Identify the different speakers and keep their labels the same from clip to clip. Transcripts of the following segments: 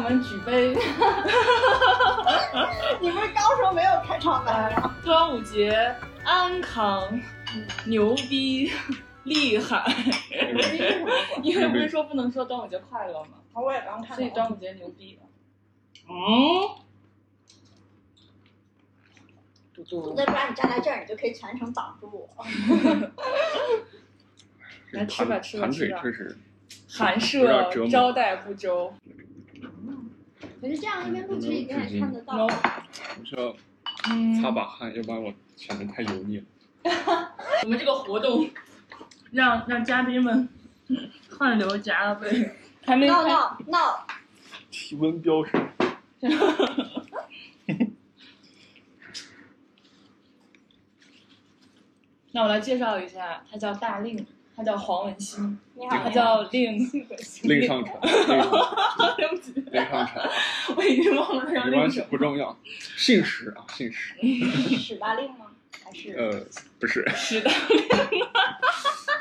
Speaker 1: 们举杯。
Speaker 2: 你不是刚说没有开场白吗？
Speaker 1: 端午节安康，牛逼，厉害！
Speaker 2: 呃
Speaker 1: 因为不是说不能说端午节快乐吗？
Speaker 2: 我也刚看到。
Speaker 1: 所以端午节牛逼。
Speaker 2: 嗯，
Speaker 1: 嘟
Speaker 2: 不
Speaker 1: 嘟，
Speaker 2: 对，不然你站在这儿，你就可以全程挡住我。
Speaker 1: 来吃吧吃吧
Speaker 3: 盘腿
Speaker 1: 吃吧
Speaker 3: 之时，
Speaker 1: 寒
Speaker 3: 有点折
Speaker 1: 舍
Speaker 3: 磨
Speaker 1: 招待不周。
Speaker 2: 可是这样应该录制应该也看得到。
Speaker 1: No，
Speaker 3: 我需要
Speaker 1: 嗯，
Speaker 3: 擦把汗，要不然我显得太油腻了。
Speaker 1: 我们这个活动让 让嘉宾们汗流浃背， 还没
Speaker 2: no
Speaker 1: 开
Speaker 2: no no，
Speaker 3: 体温飙升，
Speaker 1: 那我来介绍一下，他叫大令，他叫黄文新，
Speaker 2: 你好，
Speaker 1: 他
Speaker 2: 你好。
Speaker 1: 叫令，
Speaker 3: 令上传，令上传
Speaker 1: 对不起，
Speaker 3: 令 上传，
Speaker 1: 我已经忘了他叫
Speaker 3: 没
Speaker 1: 令
Speaker 3: 关系
Speaker 1: 什，么。
Speaker 3: 不重要。姓石啊，姓石，
Speaker 2: 是 史大令吗？还是
Speaker 3: 呃，不是，
Speaker 1: 是的，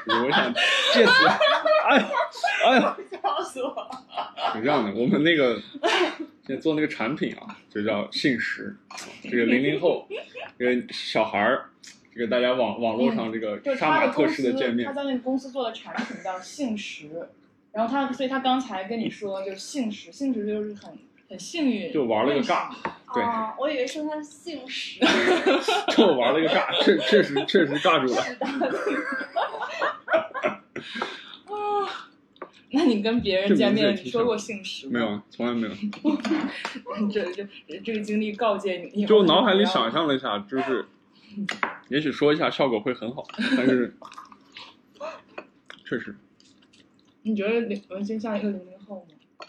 Speaker 3: 我想借此， 哎呦，哎呦，
Speaker 1: 笑死我了。
Speaker 3: 是这样的，我们那个现在做那个产品啊，就叫信实，这个零零后，这个小孩儿，这个大家网网络上这
Speaker 1: 嗯就
Speaker 3: 个
Speaker 1: 是他
Speaker 3: 杀马
Speaker 1: 的公
Speaker 3: 特
Speaker 1: 司
Speaker 3: 式的见，
Speaker 1: 他
Speaker 3: 面，
Speaker 1: 在那个公司做的产品叫幸石，然后他，所以他刚才跟你说就是幸石，幸石就是很很幸运，
Speaker 3: 就玩了个尬，对
Speaker 2: 哦，我以为说他姓史。
Speaker 3: 就玩了个尬，确确实确实尬住了。
Speaker 1: 啊。那你跟别人见面，你说过幸石
Speaker 3: 没？有，从来没有。
Speaker 1: 这这这个经历告诫你，
Speaker 3: 就我脑海里想象了一下，就是，也许说一下效果会很好，但是确实
Speaker 1: 你觉得林文心像一个零零后吗？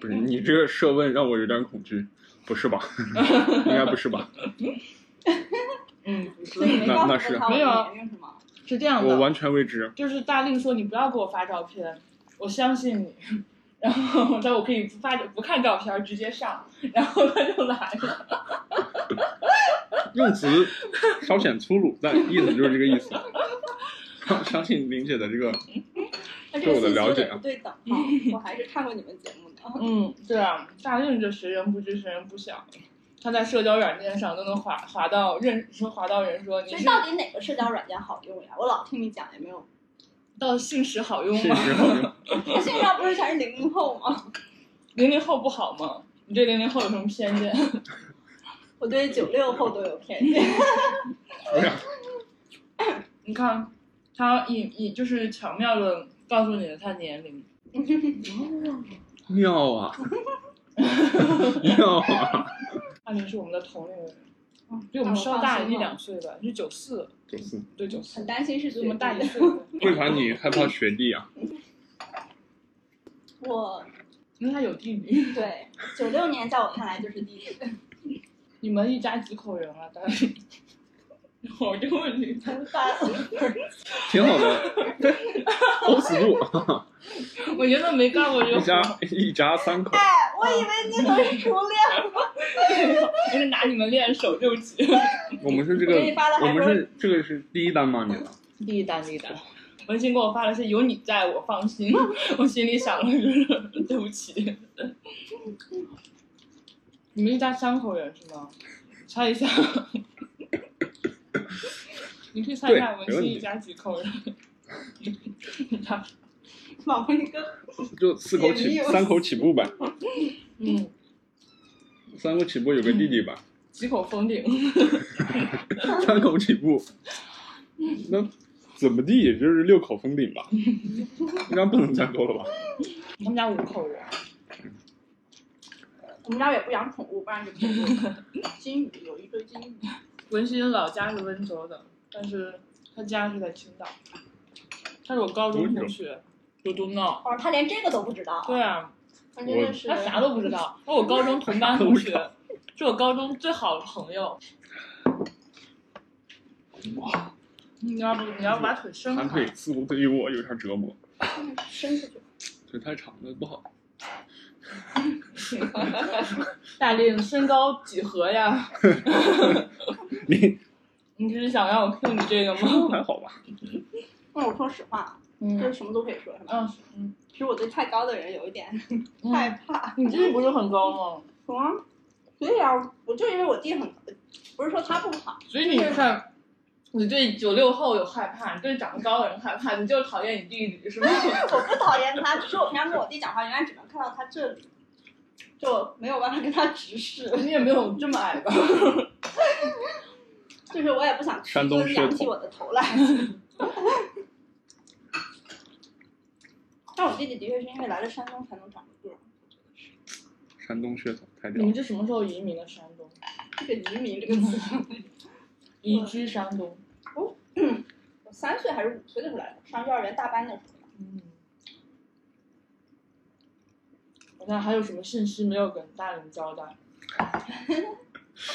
Speaker 3: 不是你这个设问让我有点恐惧，不是吧？应该不是 吧？
Speaker 1: 嗯，不
Speaker 2: 所以没
Speaker 1: 是，
Speaker 2: 告
Speaker 3: 那那
Speaker 2: 诉
Speaker 3: 是
Speaker 2: 他我
Speaker 1: 没有
Speaker 2: 的年龄是吗？
Speaker 1: 是这样
Speaker 3: 我
Speaker 1: 的，
Speaker 3: 完全未知。
Speaker 1: 就是大令说你不要给我发照片，我相信你。 然后但我可以不发不看照片直接上，然后他就来了。
Speaker 3: 用词稍显粗鲁，但意思就是这个意思。 相相信林姐的这个，
Speaker 2: 那这个
Speaker 3: 对我的
Speaker 2: 信息
Speaker 3: 了
Speaker 2: 有
Speaker 3: 解
Speaker 2: 点
Speaker 3: 啊
Speaker 2: 不对等 号，我还是看过你们节目的。
Speaker 1: 嗯，对啊，大令这谁人不知谁人不晓，他在社交软件上都能滑滑到认说滑到人说你
Speaker 2: 所以
Speaker 1: 是
Speaker 2: 到底哪个社交软件好用呀？我老听你讲也没 有。
Speaker 1: 到信使好用
Speaker 3: 信
Speaker 1: 吗？
Speaker 3: 实 好用。
Speaker 2: 现在不是全是零零后吗？
Speaker 1: 零零后不好吗？你对零零后有什么偏见？
Speaker 2: 我对九六后都有偏见。
Speaker 3: 不是，
Speaker 1: 你看，他以以就是巧妙的告诉你了他年龄。
Speaker 3: 妙啊，妙啊！
Speaker 1: 大林是我们的同龄人，
Speaker 2: 哦
Speaker 1: 比我们稍大一两岁吧，是九四，
Speaker 3: 九四，
Speaker 1: 对九四
Speaker 2: 很，担心是
Speaker 1: 比
Speaker 2: 学
Speaker 1: 我们大一
Speaker 2: 弟
Speaker 1: 岁。
Speaker 3: 为啥你害怕学弟啊？
Speaker 2: 我
Speaker 1: 因为他有弟弟。
Speaker 2: 对九六年在我看来就是弟 弟。
Speaker 1: 你们一家几口人啊？大林， 我这个问题，
Speaker 2: 大
Speaker 3: 挺好的， 欧死路，
Speaker 1: 我觉得没干过这
Speaker 3: 一
Speaker 1: 个
Speaker 3: 家
Speaker 1: 活，
Speaker 3: 一家三口，
Speaker 2: 哎，我以为你很熟练，
Speaker 1: 我是拿你们练手就急。
Speaker 3: 我们是这
Speaker 2: 我
Speaker 3: 个
Speaker 2: 给你发了，
Speaker 3: 我
Speaker 2: 海
Speaker 3: 们
Speaker 2: 波
Speaker 3: 是这个是第一单吗？你的
Speaker 1: 第一单，第一单。文心给我发了些“有你在我放 心”，我心里想了就是对不起。你们一家三口人是吗？猜 一下，你可以猜一下
Speaker 3: 对
Speaker 1: 文
Speaker 3: 没
Speaker 1: 心
Speaker 3: 问题
Speaker 1: 一家几口人？ 他
Speaker 2: 往一个
Speaker 3: 就四口起
Speaker 2: 也没有
Speaker 3: 三口起步吧，
Speaker 1: 嗯，
Speaker 3: 三口起步有个弟弟吧，
Speaker 1: 几口封顶。
Speaker 3: 三口起步，那怎么地也就是六口封顶吧，应该不能再多了吧？
Speaker 1: 他们家五口人，
Speaker 2: 我们家也不养宠物，不然就 恐怖。金鱼有一堆金鱼，
Speaker 1: 文心老家是温州的，但是他家是在青岛。他是我高中同学，嘟嘟闹。
Speaker 2: 哦，他连这个都不知道，
Speaker 1: 对啊，
Speaker 2: 他真的是
Speaker 1: 他啥都不知道。那我高中同班同学，是我高中最好的朋友。你要不你要把腿伸
Speaker 3: 盘
Speaker 1: 开
Speaker 3: 腿，似乎对于我有点折磨，
Speaker 2: 伸出去。
Speaker 3: 腿太长了不好。
Speaker 1: 大令身高几何呀？
Speaker 3: 你
Speaker 1: 你是想让我 Q 你这个吗？
Speaker 3: 还好吧？
Speaker 2: 那我说实话，就是
Speaker 1: 嗯
Speaker 2: 什么都可以说，是吧？
Speaker 1: 嗯嗯，
Speaker 2: 其实我对太高的人有一点害
Speaker 1: 嗯
Speaker 2: 怕。嗯
Speaker 1: 你这不是很高吗？
Speaker 2: 什么？对呀、啊我就因为我弟很，不是说他不好，
Speaker 1: 所以你看，你对九六后有害怕，你对长得高的人害怕，你就是讨厌你弟， 是吗？
Speaker 2: 我不讨厌他，只是我平常跟我弟讲话，永远只能看到他这里，就没有办法跟他直视。
Speaker 1: 你也没有这么矮吧？
Speaker 2: 就是我也不想屈
Speaker 3: 山东
Speaker 2: 尊
Speaker 3: 血
Speaker 2: 扬起
Speaker 3: 统
Speaker 2: 我的头来。 但我弟弟的确是因为来了山东才能长个个儿，
Speaker 3: 山东血统太
Speaker 1: 你
Speaker 3: 屌
Speaker 1: 们
Speaker 3: 了。
Speaker 1: 这什么时候移民的山东？
Speaker 2: 这个移民这个 词，
Speaker 1: 移居山东。
Speaker 2: 我三岁还是五岁的时候来的，上幼儿园大班的时候，
Speaker 1: 嗯，我看还有什么信息没有跟大人交 代？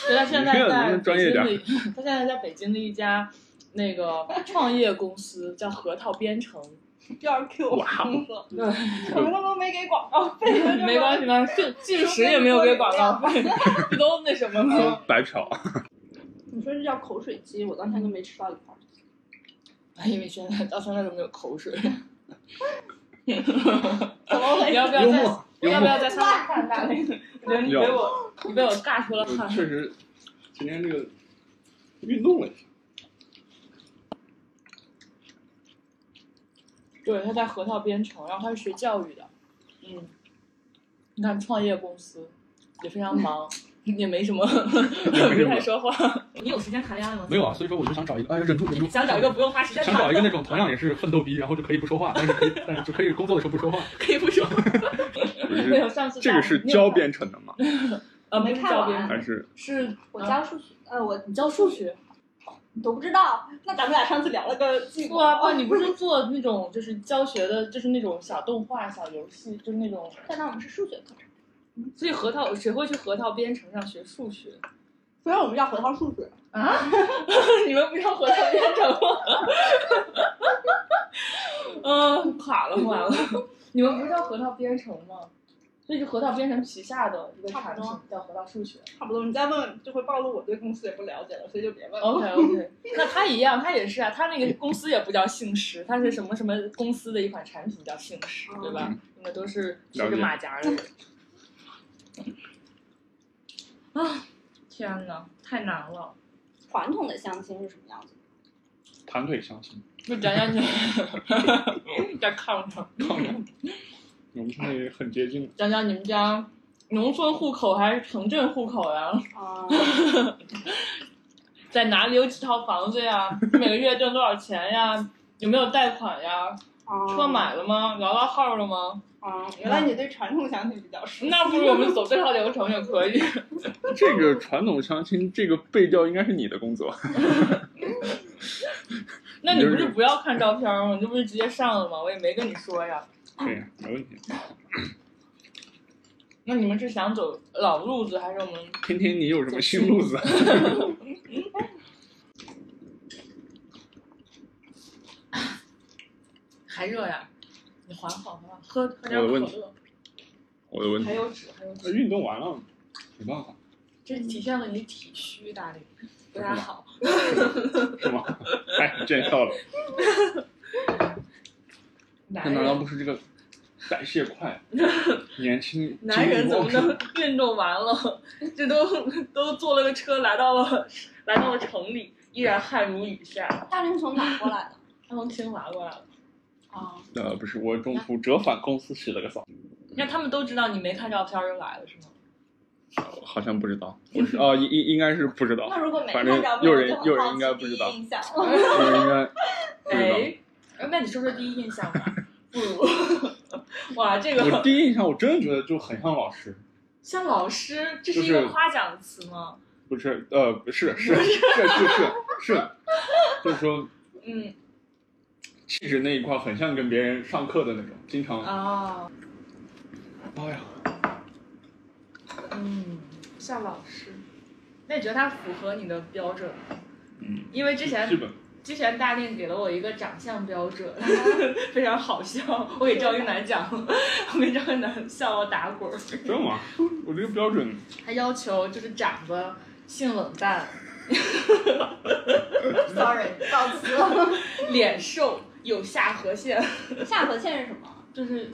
Speaker 1: 对，他现在
Speaker 3: 你这
Speaker 1: 在
Speaker 3: 个能不
Speaker 1: 北
Speaker 3: 能专业
Speaker 1: 京
Speaker 3: 点
Speaker 1: 的一，他现在在北京的一家那个创业公 司叫核桃编程，
Speaker 2: 就要 Q 我
Speaker 3: 哇哦
Speaker 2: 工作，
Speaker 1: 对，
Speaker 2: 我们都没给广告 费，
Speaker 1: 嗯没关
Speaker 2: 系。
Speaker 1: 系嘛，就即使也没有给广告费， 不都那什么吗？
Speaker 3: 白嫖，
Speaker 2: 你说这叫口水鸡，我当天都没吃到一块儿去。
Speaker 1: 哎因为现在到现在都没有口 水，
Speaker 2: 怎么回
Speaker 1: 你要不要
Speaker 2: 事？
Speaker 3: 幽
Speaker 1: 再
Speaker 3: 默
Speaker 1: 你
Speaker 3: 幽
Speaker 1: 要不要
Speaker 3: 默。
Speaker 1: 再上来看看那个？我觉得你被我你被我尬出了
Speaker 3: 我
Speaker 1: 汗。
Speaker 3: 确实，今天这个运动了一下，
Speaker 1: 对，他在核桃编程，然后他是学教育的，嗯，你看创业公司也非常忙，也没什么
Speaker 3: 也没什
Speaker 1: 不
Speaker 3: 么
Speaker 1: 太说话，
Speaker 4: 你有时间谈恋爱吗？
Speaker 5: 没有啊，所以说我就想找一个，哎，忍住忍住，
Speaker 4: 想找一个不用花时间
Speaker 5: 想
Speaker 4: 谈
Speaker 5: 找一个
Speaker 4: 的，
Speaker 5: 那种同样也是奋斗逼，然后就可以不说话，但是可以，但是就可以工作的时候不说 话。
Speaker 4: 可以不说。
Speaker 1: 没有上次
Speaker 3: 这
Speaker 1: 大
Speaker 3: 个是
Speaker 1: 你有
Speaker 3: 教编程的吗？
Speaker 1: 呃不是
Speaker 2: 没看
Speaker 1: 教
Speaker 2: 完
Speaker 1: 编程，
Speaker 3: 还是
Speaker 1: 是
Speaker 2: 我教数学，呃，我
Speaker 1: 你教数学
Speaker 2: 你都不知道。那咱们俩上次聊了个计
Speaker 1: 不啊
Speaker 2: 划，
Speaker 1: 不，你 不是做那种就是教学的，就是那种小动画、小游戏，就是那种，
Speaker 2: 但那我们是数学课程，
Speaker 1: 所以核桃谁会去核桃编程上学数学？
Speaker 2: 虽然我们叫核桃数学，
Speaker 1: 你们不要核桃编程 吗？嗯，垮了垮了。你们不是叫核桃编程吗？这是核桃编程旗下的一个产品
Speaker 2: 差不，
Speaker 1: 叫核桃数学。
Speaker 2: 差不多。你再问就会暴露我对公司也不了解了，所以就别问了。
Speaker 1: OK OK，那 它一样，它也是啊，它那个公司也不叫姓氏，它是什么什么公司的一款产品叫姓氏，对吧
Speaker 3: 嗯？
Speaker 1: 你们都是披
Speaker 3: 了
Speaker 1: 着
Speaker 3: 解
Speaker 1: 马甲的人。啊，天哪，太难了！
Speaker 2: 传统的相亲是什么样子？
Speaker 3: 盘腿相亲？
Speaker 1: 就讲讲你， 在炕上。
Speaker 3: 我们现在也很接近了，
Speaker 1: 讲讲你们家农村户口还是城镇户口呀、
Speaker 2: 啊，
Speaker 1: 在哪里有几套房子呀？每个月挣多少钱呀？有没有贷款呀？车买了吗？摇到号了吗？
Speaker 2: 啊，哦原来你对传统相亲比较熟。
Speaker 1: 那不如我们走这套流程也可以。
Speaker 3: 这个传统相亲，这个背调应该是你的工 作。
Speaker 1: 那你不是不要看照片吗？你这不是直接上了吗？我也没跟你说呀。
Speaker 3: 对哎呀，没问题。
Speaker 1: 那你们是想走老路子，还是我们
Speaker 3: 听听你有什么新路 子？
Speaker 1: 还热呀？你缓缓缓缓，喝喝点
Speaker 3: 我有
Speaker 1: 可
Speaker 3: 问题
Speaker 1: 乐。
Speaker 3: 我的问题
Speaker 1: 还，有纸，还有纸，
Speaker 3: 运动完了，没办法，
Speaker 4: 这体现了你体虚大力，不太好。
Speaker 3: 是吗？ 哎，见 笑了。
Speaker 1: 男
Speaker 3: 那难道
Speaker 1: 人
Speaker 3: 不是这个代谢 快、年轻、
Speaker 1: 男人怎么
Speaker 3: 精力旺
Speaker 1: 能 运动完了，这都都坐了个车来到了来到了城里，依然汗如雨下。
Speaker 2: 大林从哪儿过来的？
Speaker 1: 他从清华过来了，
Speaker 2: 啊，
Speaker 3: 盛？呃，不是，我中途折返公司洗了个澡，
Speaker 1: 那他们都知道你没看照片就来了是吗？
Speaker 3: 好像不 知道，不是哦，应应应该是不知道，
Speaker 2: 那如果没
Speaker 3: 反
Speaker 2: 看
Speaker 3: 正
Speaker 2: 着，
Speaker 3: 有
Speaker 2: 我
Speaker 3: 人
Speaker 2: 就很
Speaker 3: 有人
Speaker 2: 好奇
Speaker 3: 应该不知道
Speaker 2: 第一 印象
Speaker 3: 我应该不知道。
Speaker 1: 哎，那你说说第一印象 吧。不如，哇，这
Speaker 3: 我
Speaker 1: 个
Speaker 3: 第一印象，我真的觉得就很像老师，
Speaker 1: 像老师，这是
Speaker 3: 就
Speaker 1: 一
Speaker 3: 是
Speaker 1: 个夸奖词吗？
Speaker 3: 不是，呃，是是是是是是，就是说
Speaker 1: 嗯
Speaker 3: 气质那一块很像跟别人上课的那种，经常，
Speaker 1: 啊，
Speaker 3: 哎呀，
Speaker 1: 嗯，像老师，那你觉得他符合你的标准吗？
Speaker 3: 嗯，
Speaker 1: 因为之前
Speaker 3: 基本
Speaker 1: 之前大令给了我一个长相标 准， 非常好笑。我给赵一楠讲， 我给赵一楠笑我打滚儿。
Speaker 3: 真的吗？我这个标准
Speaker 1: 他要求就是长得性冷淡，
Speaker 2: ，sorry，到此了。
Speaker 1: 脸瘦，有下颌线，
Speaker 2: 下颌线是什么？
Speaker 1: 就是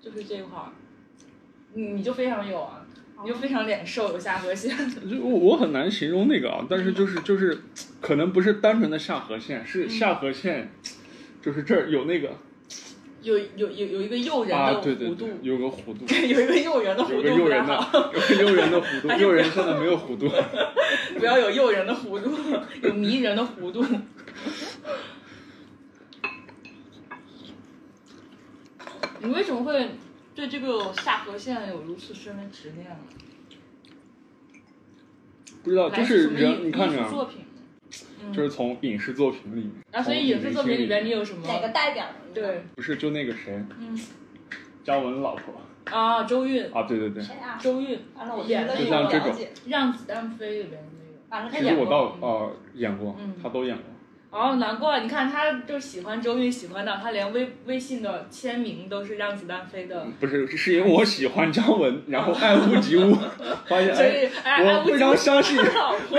Speaker 1: 就是这一块儿，你你就非常有啊，你就非常脸瘦，有下颌线。
Speaker 3: 就我我很难形容那个啊，但
Speaker 1: 嗯
Speaker 3: 是就是就是，可能不是单纯的下颌线，是下颌线，就是这儿有那个
Speaker 1: 有有有有一个诱人
Speaker 3: 啊，
Speaker 1: 的
Speaker 3: 对对
Speaker 1: 弧
Speaker 3: 对
Speaker 1: 度，，
Speaker 3: 有个 弧度，
Speaker 1: 有一个诱人的弧
Speaker 3: 有
Speaker 1: 度哎
Speaker 3: 个诱
Speaker 1: 比较
Speaker 3: 人的
Speaker 1: 好，，
Speaker 3: 有个诱人的弧 度，诱人现在没有弧度，
Speaker 1: 不要有诱人的弧度，有迷人的弧度。你为什么会对这个下颌线有如此深的执念呢？
Speaker 3: 不知道，
Speaker 1: 来
Speaker 3: 哦就
Speaker 1: 自
Speaker 3: 是
Speaker 1: 什么艺
Speaker 3: 人，你看
Speaker 1: 艺
Speaker 3: 着
Speaker 1: 术
Speaker 3: 啊，
Speaker 1: 作品呢？嗯
Speaker 3: 就是从影视作品里面，
Speaker 1: 啊，所以
Speaker 3: 从
Speaker 1: 影视作品里边你有什么？
Speaker 2: 哪个代表人物？
Speaker 1: 对，
Speaker 3: 不是就那个谁，
Speaker 1: 嗯，
Speaker 3: 嘉文老婆
Speaker 1: 啊，周韵，
Speaker 3: 啊，对对对，
Speaker 2: 谁啊？
Speaker 1: 周韵，
Speaker 2: 完了，我
Speaker 1: 演
Speaker 2: 对
Speaker 1: 就
Speaker 2: 这
Speaker 3: 像
Speaker 2: 个
Speaker 3: 这
Speaker 2: 不了
Speaker 3: 种
Speaker 2: 解。
Speaker 1: 让子弹飞里边的那个。
Speaker 2: 完了，
Speaker 1: 他
Speaker 3: 其
Speaker 1: 演
Speaker 3: 实
Speaker 1: 过
Speaker 3: 我倒
Speaker 1: 嗯
Speaker 3: 呃演过
Speaker 1: 嗯，
Speaker 3: 他都演过，
Speaker 1: 哦，难怪你看他就喜欢周韵，喜欢到他连微微信的签名都是让子弹飞的，
Speaker 3: 不是是因为我喜欢张文，然后爱屋及 乌，发现
Speaker 1: 所
Speaker 3: 哎，
Speaker 1: 以哎，哎
Speaker 3: 我非常相信。
Speaker 1: 老婆，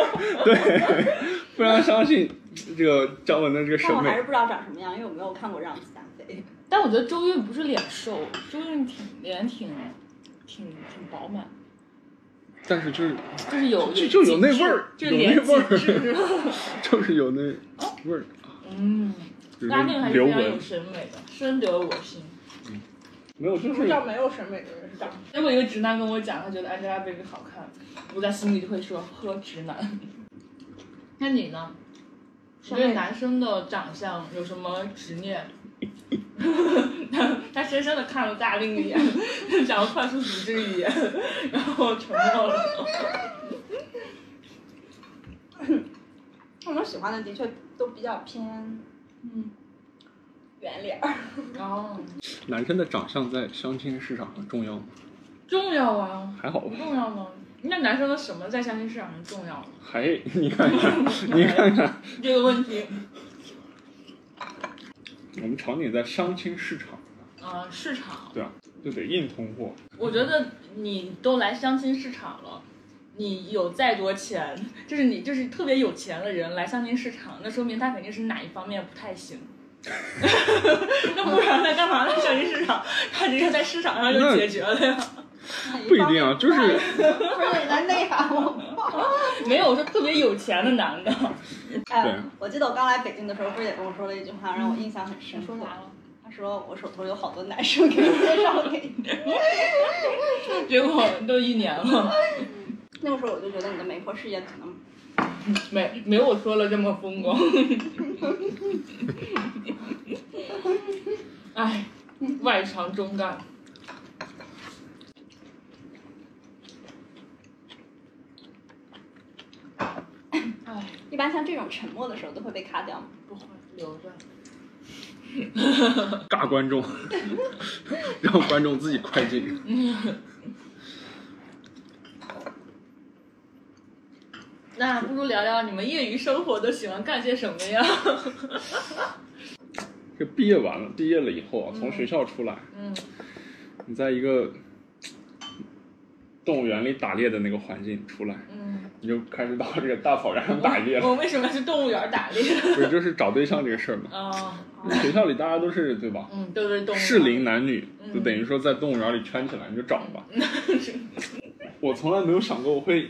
Speaker 3: 非常相信这个姜文的这个
Speaker 2: 但
Speaker 3: 审
Speaker 2: 我还
Speaker 3: 美
Speaker 2: 是。不知道长什么样，因为我没有看过《让子弹飞
Speaker 1: 但我觉得周韵不是脸瘦，周韵挺脸挺挺挺饱满，
Speaker 3: 但是就是
Speaker 1: 就是有
Speaker 3: 就就有那味儿
Speaker 1: 就
Speaker 3: 有
Speaker 1: 脸
Speaker 3: 那味
Speaker 1: 紧
Speaker 3: 儿
Speaker 1: 致
Speaker 3: 就是有那味儿，
Speaker 1: 嗯，
Speaker 3: 比如
Speaker 1: 哦拉面
Speaker 3: 说
Speaker 1: 还是
Speaker 3: 刘
Speaker 1: 非常有
Speaker 3: 雯，
Speaker 1: 审美的，深得我心。
Speaker 3: 没有就》，
Speaker 4: 不
Speaker 3: 是
Speaker 4: 知道没有审美的人是长
Speaker 1: 结果一个直男跟我讲，他觉得 Angelababy 好看，我在心里就会说呵直男。 那你呢？你对男生的长相有什么执念？ 他他深深的看了大令一眼， 想要快速阻止语言， 然后沉默了。》，
Speaker 2: 我们喜欢的的确都比较偏
Speaker 1: 嗯，
Speaker 2: 圆脸儿。
Speaker 1: 然后
Speaker 3: 男生的长相在相亲市场很重要吗？
Speaker 1: 重要啊，
Speaker 3: 还好
Speaker 1: 不
Speaker 3: 吧，
Speaker 1: 重要吗？那男生的什么在相亲市场上重要吗？
Speaker 3: 还 你看看你看看，
Speaker 1: 这个问题，
Speaker 3: 我们常年在相亲市场，
Speaker 1: 啊、市场。
Speaker 3: 对啊，就得硬通货。
Speaker 1: 我觉得你都来相亲市场了，你有再多钱， 就是你就是特别有钱的人来相亲市场，那说明他肯定是哪一方面不太行。 那不然他干嘛来相亲市场？ 他直接在市场上就解决了呀。
Speaker 3: 不一定啊，就是
Speaker 2: 不是你在内涵我 吗？
Speaker 1: 没有说特别有钱的男的。
Speaker 3: 对
Speaker 2: 哎，我记得我刚来北京的时候，不是也跟我说了一句话，让我印象很深刻。
Speaker 1: 了？
Speaker 2: 他说我手头有好多男生 可以介绍给你。
Speaker 1: 结果都一年了，
Speaker 2: 那个时候我就觉得你的媒婆事业可能
Speaker 1: 没没我说了这么风光。 哎，外强中干。哎，
Speaker 2: 一般像这种沉默的时候都会被卡掉嘛。
Speaker 1: 不会留着。
Speaker 3: 尬观众， 让观众自己快进。
Speaker 1: 那不如聊聊你们业余生活都喜欢干些什么呀？
Speaker 3: 这毕业完了，毕业了以后啊，从
Speaker 1: 嗯
Speaker 3: 学校出来，
Speaker 1: 嗯
Speaker 3: 你在一个动物园里打猎的那个环境出来，
Speaker 1: 嗯，
Speaker 3: 你就开始到这个大草原上打猎了。
Speaker 1: 我为什么要去动物园打 猎？
Speaker 3: 不是，就是找对象这个事儿嘛。
Speaker 1: 啊，
Speaker 3: 学校里大家都是对吧？
Speaker 1: 嗯，都是动物。
Speaker 3: 适龄男女，
Speaker 1: 嗯
Speaker 3: 就等于说在动物园里圈起来，你就找 吧。我从来没有想过我会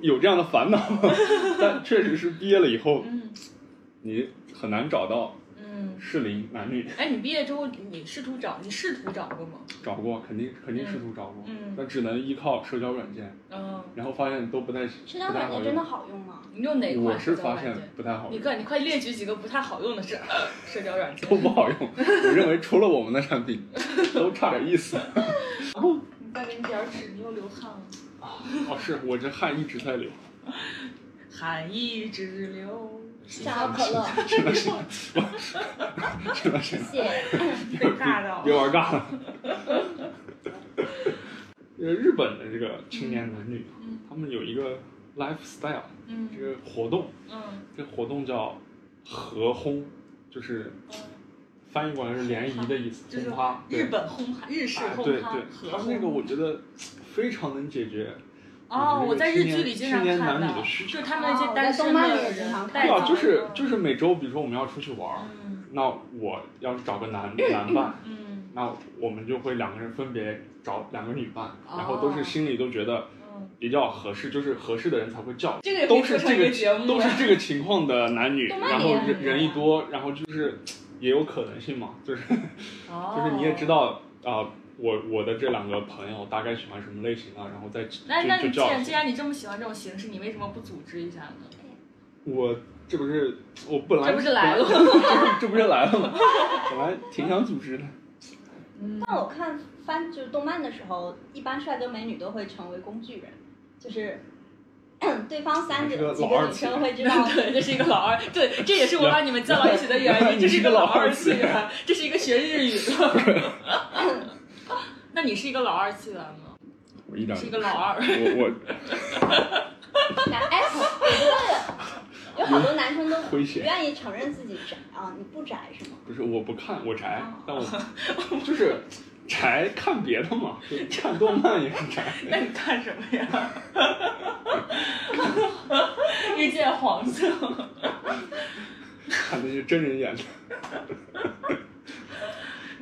Speaker 3: 有这样的 烦恼，但确实是毕业了以后，
Speaker 1: 嗯
Speaker 3: 你很难找到
Speaker 1: 嗯。
Speaker 3: 适龄男女。
Speaker 1: 哎，你毕业之后，你试图找，你试图找过吗？
Speaker 3: 找过，肯定肯定试图找过，
Speaker 1: 嗯
Speaker 3: 但只能依靠社交软件，
Speaker 1: 嗯，
Speaker 3: 然后发现都不太
Speaker 2: 社
Speaker 3: 不
Speaker 2: 交
Speaker 3: 太
Speaker 2: 软
Speaker 3: 好
Speaker 2: 件真的
Speaker 3: 用。
Speaker 2: 好用吗？
Speaker 1: 你用哪
Speaker 3: 我
Speaker 1: 款社
Speaker 3: 是
Speaker 1: 交
Speaker 3: 发
Speaker 1: 软
Speaker 3: 现
Speaker 1: 件？
Speaker 3: 不太好
Speaker 1: 你
Speaker 3: 用，
Speaker 1: 快，你快列举几个不太好用的社社交软件
Speaker 3: 都。不好用。我认为除了我们的 产品，都差点意思。
Speaker 1: 你再给你点儿纸，你又流汗了。
Speaker 3: 哦，是我这汗一直在流，
Speaker 1: 汗一直流，
Speaker 2: 想要可乐，
Speaker 3: 真的 是，真的是
Speaker 2: 谢。
Speaker 1: 被尬到
Speaker 3: 别。玩尬了。呃，日本的这个青年男女，
Speaker 1: 嗯
Speaker 3: 他们有一个 lifestyle
Speaker 1: 嗯
Speaker 3: 这个活动，
Speaker 1: 嗯
Speaker 3: 这活动叫合烘，就是
Speaker 1: 嗯，
Speaker 3: 翻译过来是联谊的意思，
Speaker 1: 就是
Speaker 3: 轰趴。对
Speaker 1: 日本轰趴，日式
Speaker 3: 哎
Speaker 1: 轰
Speaker 3: 对
Speaker 1: 趴，
Speaker 3: 对，
Speaker 1: 和
Speaker 3: 他
Speaker 1: 轰
Speaker 3: 那个我觉得非常能解决。
Speaker 1: 哦，我
Speaker 3: 我觉
Speaker 1: 在
Speaker 3: 得
Speaker 1: 日
Speaker 3: 这个
Speaker 1: 剧里经
Speaker 3: 青
Speaker 1: 常
Speaker 3: 年
Speaker 1: 看
Speaker 3: 男女
Speaker 1: 到，
Speaker 3: 的
Speaker 1: 就
Speaker 3: 市
Speaker 1: 是
Speaker 3: 场，
Speaker 1: 他们那
Speaker 2: 哦
Speaker 1: 些
Speaker 2: 我
Speaker 1: 单
Speaker 2: 在动
Speaker 1: 身
Speaker 2: 漫
Speaker 1: 的
Speaker 2: 里也经
Speaker 1: 人
Speaker 2: 常看
Speaker 1: 带
Speaker 3: 对
Speaker 1: 着，
Speaker 3: 啊，就是就是每周，比如说我们要出去玩儿，那我要是找个男男伴，
Speaker 1: 嗯
Speaker 3: 那我们就会两个人分别找两个女伴，
Speaker 4: 哦
Speaker 3: 然后都是心里都觉得
Speaker 1: 嗯，
Speaker 3: 比较合适，就是合适的人才会叫。
Speaker 1: 这个也可以
Speaker 3: 都是
Speaker 1: 做成
Speaker 3: 这
Speaker 1: 一
Speaker 3: 个
Speaker 1: 节目，啊
Speaker 3: 都是这个情况的男女，
Speaker 4: 动漫
Speaker 3: 然
Speaker 4: 里
Speaker 3: 后
Speaker 4: 也
Speaker 3: 人
Speaker 4: 有
Speaker 3: 人一多，然后就是也有可能性嘛，就是
Speaker 1: 就
Speaker 3: 就是你也知
Speaker 1: 哦
Speaker 3: 道啊、我我的这两个朋友大概喜欢什么类型啊，然后再
Speaker 1: 那那
Speaker 3: 就
Speaker 1: 你
Speaker 3: 就
Speaker 1: 既
Speaker 3: 叫
Speaker 1: 然既然你这么喜欢这种形式，你为什么不组织一下呢？
Speaker 3: 我这不是我本来
Speaker 1: 这不是来了，
Speaker 3: 本来这不是来了吗？本来挺想组织的，
Speaker 1: 嗯
Speaker 2: 但我看番就是动漫的时候，一般帅哥美女都会成为工具人，就是。 对方三
Speaker 3: 你是个
Speaker 2: 个几
Speaker 3: 老
Speaker 2: 个
Speaker 3: 二
Speaker 2: 女
Speaker 3: 次
Speaker 2: 生会知道，
Speaker 1: 对，这是一个老二，对，这也是我把你们叫到一起的原 因。这是一个老二啊次元，这是一个学日语的。 那你是一个老二次元吗？
Speaker 3: 我一点
Speaker 1: 是一个老 二。
Speaker 3: 我
Speaker 2: 男哎，我觉得有好多男生都
Speaker 3: 我诙
Speaker 2: 不
Speaker 3: 谐，
Speaker 2: 愿意承认自己宅啊，你不宅是吗？
Speaker 3: 不是我不看我宅，
Speaker 1: 哦
Speaker 3: 但我就是宅看别的嘛，就看动漫也是宅。
Speaker 1: 那你看什么 呀？日渐黄色。
Speaker 3: 看那些真人演的，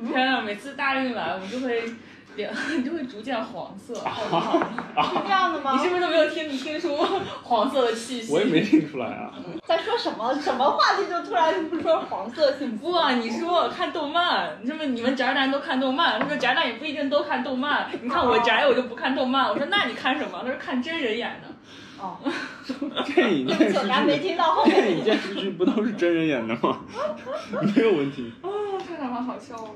Speaker 1: 天啊，每次大运来，我们就会脸 就会逐渐黄色。
Speaker 2: 是这样的吗
Speaker 1: 你是不是都没有听听出黄色的气息？
Speaker 3: 我也没听出来啊。
Speaker 2: 在说什么什么话题就突然说黄色幸福？
Speaker 1: 不啊，你说看动漫，你说你们宅男都看动漫，他说宅男也不一定都看动漫。你看我宅，我就不看动漫。我说那你看什么？他说看真人演的。
Speaker 2: 哦，
Speaker 3: 电影
Speaker 2: 对不
Speaker 3: 电
Speaker 2: 起， 我
Speaker 3: 视
Speaker 2: 刚才没
Speaker 3: 剧，
Speaker 2: 听到后面。
Speaker 3: 电影电视剧不都是真人演的吗？没有问题。
Speaker 1: 哦，看长蛮好笑哦。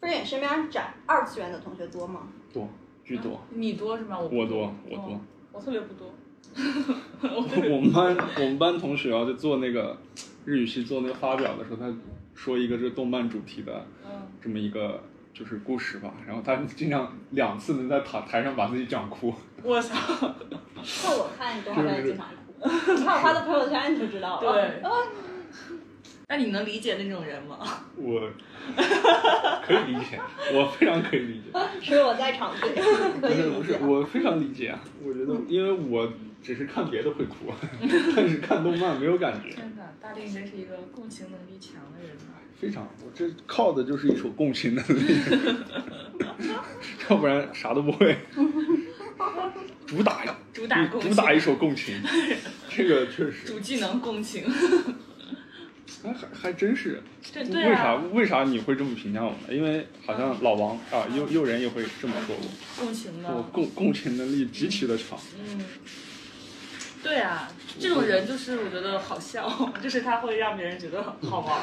Speaker 2: 不是你身边宅二次元的同学多吗？
Speaker 3: 多巨多，
Speaker 1: 你多是吗？我
Speaker 3: 我多我
Speaker 1: 哦
Speaker 3: 多。
Speaker 1: 我特别不多。 哦
Speaker 3: 我们班我们班同学啊，就做那个日语系做那个发表的时候，他说一个这动漫主题的
Speaker 1: 嗯，
Speaker 3: 这么一个就是故事吧，然后他经常两次能在台台上把自己讲哭，
Speaker 1: 我操，
Speaker 2: 看我看动画片经常哭，看我发的朋友圈你就知道了。哦
Speaker 1: 对。那你能理解那种人吗？
Speaker 3: 我可以理解，我非常可以理解，
Speaker 2: 只有我在场 对，
Speaker 3: 不
Speaker 2: 可以
Speaker 3: 是
Speaker 2: 理
Speaker 3: 不是
Speaker 2: 解，。
Speaker 3: 我非常理解啊，我觉得因为我只是看别的会哭， 但是看动漫没有感觉，
Speaker 1: 天哪，大令真是一个共情能力强的人呐。
Speaker 3: 非常，我这靠的就是一手共情能 力，要不然啥都不会，主打呀。
Speaker 1: 主打共情，
Speaker 3: 主打一首 共情，这个确实，
Speaker 1: 主技能共 情。
Speaker 3: 哎，还还真是。
Speaker 1: 这对啊。
Speaker 3: 为啥为啥你会这么评价我呢？因为好像老王啊，又又人也会这么说我，
Speaker 1: 共情
Speaker 3: 我
Speaker 1: 的。
Speaker 3: 共共情能力极其的强。
Speaker 1: 嗯，对啊，这种人就是我觉得好笑， 就是他会让别人觉得好玩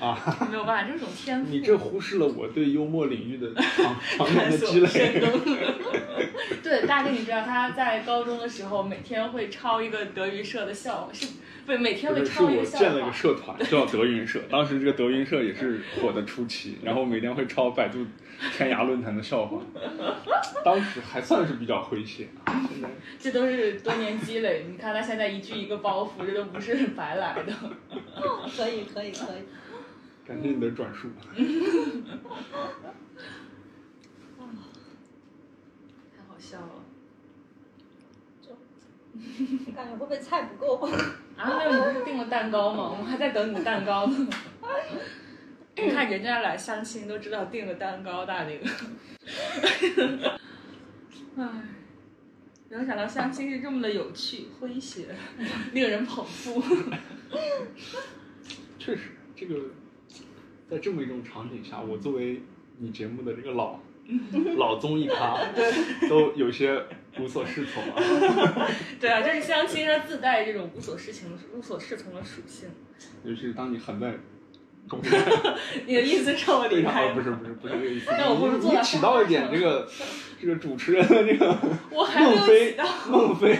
Speaker 3: 啊，
Speaker 1: 没有办法，这种天赋。
Speaker 3: 你这忽视了我对幽默领 域的长长年
Speaker 1: 探
Speaker 3: 的
Speaker 1: 索
Speaker 3: 积
Speaker 1: 深
Speaker 3: 累。
Speaker 1: 耕。 对，大概你知道他在高中的时候每天会抄一个德云社的笑话，是不是每天
Speaker 3: 不
Speaker 1: 会
Speaker 3: 是，是
Speaker 1: 抄一
Speaker 3: 我
Speaker 1: 个笑
Speaker 3: 建了一个
Speaker 1: 话？
Speaker 3: 社团，叫德云社。当时这个德云社也是火的初期，然后每天会抄百度天涯论坛的笑话，当时还算是比较诙谐。啊现在
Speaker 1: 这都是多年积累。你看他现在一句一个包袱，这都不是白来的。
Speaker 2: 哦可以可以可以。
Speaker 3: 感谢你的转述。啊
Speaker 1: 太好笑了
Speaker 2: 我感觉会不会菜不够？
Speaker 1: 啊！那你不是订了蛋糕吗？我们还在等你蛋糕呢。你看人家来相亲都知道订了蛋糕，大玲。唉，没有想到相亲是这么的有趣、诙谐，令人捧腹。
Speaker 3: 确实，这个在这么一种场景下，我作为你节目的这个 老老综艺咖，都有些无所适从啊。
Speaker 1: 对啊，就是相亲它自带这种无所适从、无所适从的属性。
Speaker 3: 尤其是当你很在中间，
Speaker 1: 你的意思是 我
Speaker 3: 非
Speaker 1: 离
Speaker 3: 常
Speaker 1: 开
Speaker 3: 呃不是不是不是这个意思。
Speaker 1: 那我不如
Speaker 3: 你
Speaker 1: 坐在
Speaker 3: 你起到一点这个这个主持人的 这个
Speaker 1: 我还没
Speaker 3: 孟
Speaker 1: 有
Speaker 3: 非
Speaker 1: 起到。
Speaker 3: 孟非，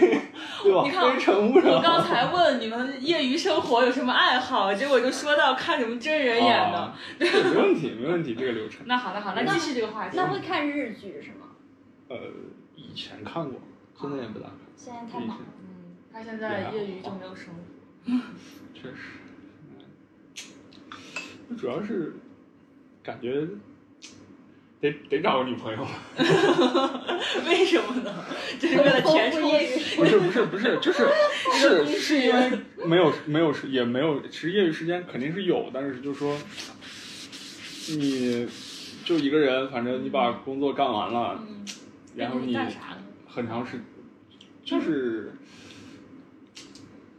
Speaker 3: 对吧？
Speaker 1: 你看
Speaker 3: 非诚勿扰。
Speaker 1: 我刚才问你们业余生活有什么爱好，结果就说到看什么真人演的。
Speaker 3: 啊，对没问题没问题，这个流程。
Speaker 1: 那好，那好，那继续这个话题。
Speaker 2: 那会看日剧是吗？
Speaker 3: 呃，以前看过，现在也不大
Speaker 1: 哦
Speaker 3: 看。
Speaker 2: 现在太忙了。
Speaker 1: 嗯，他现
Speaker 3: 啊
Speaker 1: 在业余就没有生活。
Speaker 3: 确实，嗯主要是感觉得得找个女朋友了。
Speaker 1: 为什么呢？ 这 是为了填充
Speaker 3: 不是不是不 是，就是是是因为没有没有时也没有，其实业余时间肯定是有，但是就是说，你就一个人，反正你把工作干完了，
Speaker 4: 嗯，
Speaker 3: 然后
Speaker 4: 那你
Speaker 3: 你
Speaker 4: 干啥呢？
Speaker 3: 很长时，就是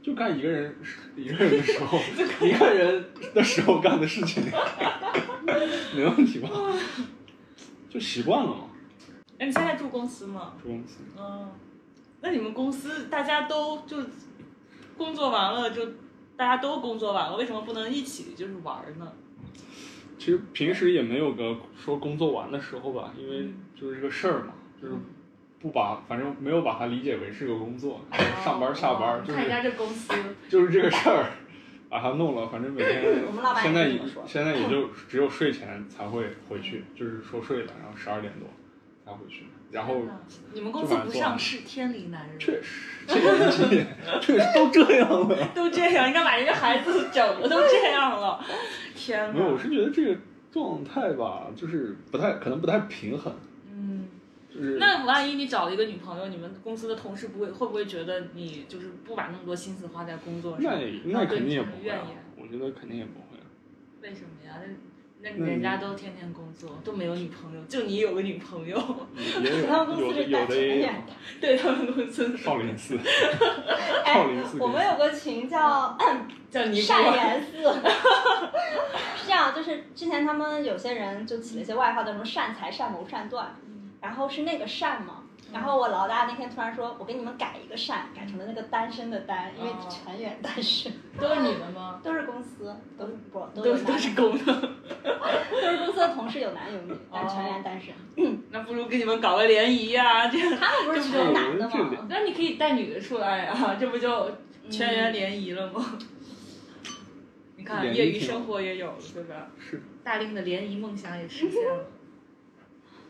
Speaker 3: 就干一个人一个人的时 候，一个人的时候干的事情， 没问题吧？就习惯了嘛，
Speaker 1: 哎，你现在住公司吗？
Speaker 3: 住公司。
Speaker 1: 嗯，那你们公司大家都就工作完了就大家都工作完了，为什么不能一起就是玩儿呢？
Speaker 3: 其实平时也没有个说工作完的时候吧，因为就是这个事儿嘛，就是不把反正没有把它理解为是个工
Speaker 2: 哦
Speaker 3: 作，上班下班就
Speaker 1: 哦看人
Speaker 3: 是
Speaker 1: 家这公司，
Speaker 3: 就是这个事儿，把它弄了，反正每天
Speaker 2: 我 们老板
Speaker 3: 现在
Speaker 2: 也
Speaker 3: 也
Speaker 2: 这么说
Speaker 3: 现 在也就只有睡前才会回去，就是说睡了，然后十二点多才回去，然后
Speaker 1: 天哪你们公司不上市，天理难容。
Speaker 3: 确实这个年纪 确实都这样了，
Speaker 1: 都这样，你看把人家孩子整的都这样 了，天
Speaker 3: 没有，我
Speaker 1: 哪！
Speaker 3: 是觉得这个状态吧，就是不太可能不太平衡，
Speaker 1: 嗯，
Speaker 3: 就是
Speaker 1: 那万一你找了一个女朋友，你们公司的同事不会会不会觉得你就是不把那么多心思花在工作
Speaker 3: 那
Speaker 1: 上？
Speaker 3: 也那肯定也不
Speaker 1: 对
Speaker 3: 会、
Speaker 1: 怨
Speaker 3: 啊
Speaker 1: 言，
Speaker 3: 我觉得肯定也不会啊、
Speaker 1: 为什么呀？那那
Speaker 3: 那
Speaker 1: 人家都天天工作，都没有女朋友，就你有个女朋 友，
Speaker 3: 也也有
Speaker 2: 他们公
Speaker 3: 有
Speaker 2: 司
Speaker 3: 的
Speaker 2: 是
Speaker 3: 有
Speaker 2: 单
Speaker 3: 的
Speaker 2: 纯
Speaker 3: 也
Speaker 2: 一
Speaker 3: 有
Speaker 2: 点
Speaker 1: 对他们公司
Speaker 3: 少 林寺，
Speaker 1: 哎
Speaker 3: 少林寺给你。
Speaker 2: 哎我们有个群叫
Speaker 1: 叫尼姑。
Speaker 2: 善言寺， 是这样，就是之前他们有些人就起了一些外号，叫什么善财、善谋、善断，然后是那个善嘛。然后我老大那天突然说，我给你们改一个善，改成了那个单身的单，因为
Speaker 1: 哦
Speaker 2: 全员单身，
Speaker 1: 都是你的吗？
Speaker 2: 都是公司，都是不都
Speaker 1: 都
Speaker 2: 是
Speaker 1: 都是公 的，
Speaker 2: 都是公哦司的同事，有男有女，但全员单身。
Speaker 1: 那不如给你们搞个联谊啊，这样，
Speaker 2: 他们不是全男的
Speaker 3: 这个
Speaker 2: 吗？嗯
Speaker 1: 那你可以带女的出来啊， 这不就全员联谊了吗？你看，
Speaker 3: 联谊
Speaker 1: 业余
Speaker 3: 挺好
Speaker 1: 生活也有了，对吧？
Speaker 3: 是
Speaker 1: 大令的联谊梦想也实现 了。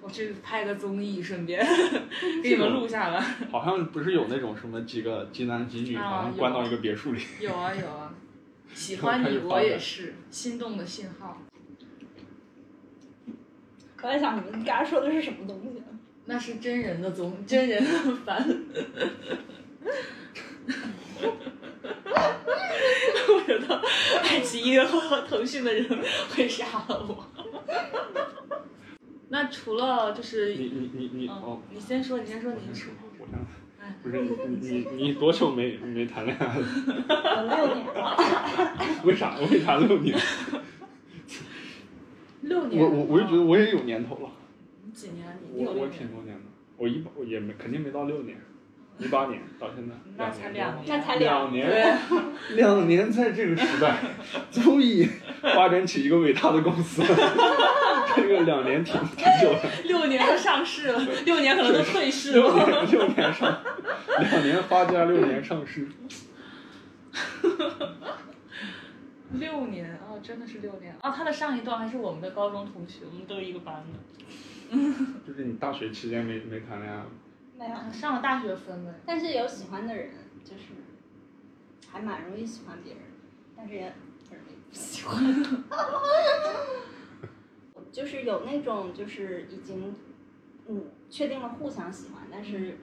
Speaker 1: 我去拍个综艺，顺 便给你们录下来。
Speaker 3: 好像不是有那种什么几个几男几女，
Speaker 1: 啊
Speaker 3: 好像
Speaker 1: 有
Speaker 3: 关到一个别墅里。
Speaker 1: 有啊有啊，喜欢
Speaker 3: 开
Speaker 1: 你
Speaker 3: 始发
Speaker 1: 我
Speaker 3: 展
Speaker 1: 也是，心动的信号。
Speaker 2: 我在想你们刚才说的是什么东西？啊
Speaker 1: 那是真人的综，真人的番。我觉得爱奇艺和腾讯的人会杀了我。那除了就是，
Speaker 3: 你你你你
Speaker 1: 嗯
Speaker 3: 哦，，
Speaker 1: 你先说，你先说，
Speaker 3: 我
Speaker 1: 你
Speaker 3: 先
Speaker 1: 说
Speaker 3: 说，，我想
Speaker 1: 哎
Speaker 3: 不是你你你你多久没没谈恋爱了？
Speaker 2: 有六年了，
Speaker 3: 为啥？为啥六年？
Speaker 1: 六年，
Speaker 3: 我我我就觉得我也有年头了，
Speaker 1: 你几年？你
Speaker 3: 我
Speaker 1: 有六
Speaker 3: 我挺
Speaker 1: 年，
Speaker 3: 多年的，我一八我也没肯定没到六年，一八年到现在
Speaker 1: 那才
Speaker 3: 两
Speaker 1: 两
Speaker 3: 年
Speaker 2: 那才
Speaker 3: 多，
Speaker 2: 两
Speaker 3: 两年
Speaker 1: 对，
Speaker 3: 两年在这个时代，足以发展起一个伟大的公司。 这个两年挺挺久的，
Speaker 1: 六年都上市了，六年可能都退市
Speaker 3: 六
Speaker 1: 了。
Speaker 3: 年六年上，两年发家，六年上市。
Speaker 1: 六年哦，真的是六年哦。他的上一段还是我们的高中同学，我们都一个班的。
Speaker 3: 就是你大学期间没没谈恋爱吗？
Speaker 2: 没有，
Speaker 1: 啊上了大学分的，
Speaker 2: 但是有喜欢的人，就是还蛮容易喜欢别人，但是也很容易不喜欢。 就是有那种就是已经嗯确定了互相喜欢，但是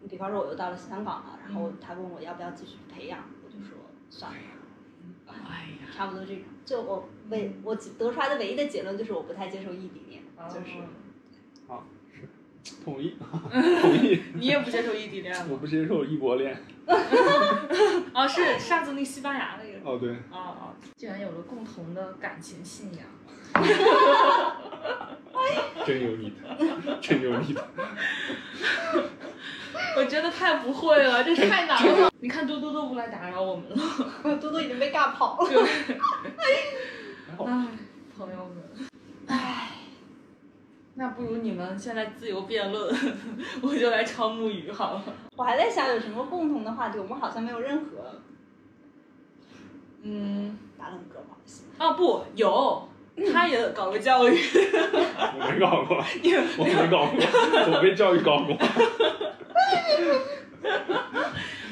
Speaker 2: 你比方说我又到了香港了，然后他问我要不要继续培养，我就说算了。
Speaker 1: 哎呀，
Speaker 2: 差不多这种，就我唯我得出来的唯一的结论就是我不太接受异地恋，
Speaker 1: 哦
Speaker 2: 就是
Speaker 3: 同意， 同意，
Speaker 1: 你也不接受异地恋
Speaker 3: 我
Speaker 1: 吗？
Speaker 3: 不接受异国恋。
Speaker 1: 哦，是上次那西班牙那个。
Speaker 3: 哦，对，
Speaker 1: 哦哦，竟然有了共同的感情信仰，
Speaker 3: 真有你的，真有你的。
Speaker 1: 我真的太不会了，这太难了。 你看多多都不来打扰我们了，
Speaker 2: 多多已经被尬跑了。
Speaker 1: 哎，朋友们，
Speaker 2: 唉，
Speaker 1: 那不如你们现在自由辩论， 我就来抄木鱼好了。
Speaker 2: 我还在想有什么共同的话题，我们好像没有任何
Speaker 1: 嗯，
Speaker 2: 打冷嗝，不好意思。
Speaker 1: 啊不，有，
Speaker 4: 嗯
Speaker 1: 他也搞个教育，
Speaker 3: 我没搞过，
Speaker 1: 你们
Speaker 3: 我没搞过，我被教育搞过。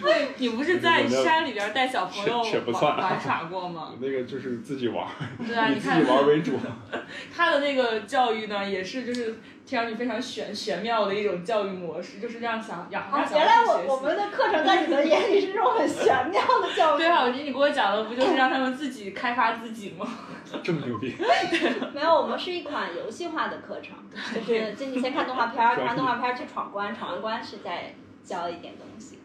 Speaker 1: 被你不是在山里边带小朋友
Speaker 3: 这这不
Speaker 1: 玩
Speaker 3: 算
Speaker 1: 玩耍过 吗？
Speaker 3: 那个就是自己玩儿，
Speaker 1: 对啊，
Speaker 3: 以
Speaker 1: 你
Speaker 3: 自
Speaker 1: 看
Speaker 3: 己玩儿为主。
Speaker 1: 他的那个教育呢，也是就是听上去非常玄玄妙的一种教育模式，就是让想
Speaker 4: 哦
Speaker 1: 养
Speaker 2: 啊
Speaker 1: 让，小
Speaker 2: 原
Speaker 1: 孩
Speaker 2: 来
Speaker 1: 去学习。
Speaker 2: 我我们的课程在你的眼里是这种很玄妙的 教育。
Speaker 1: 对啊，我觉得你给我讲的不就是让他们自己开发自己吗？
Speaker 3: 这么牛逼，
Speaker 2: 没有，我们是一款游戏化的课程，就是进去先看动画片儿，看完动画片儿去闯关，闯完关是再教一点东西。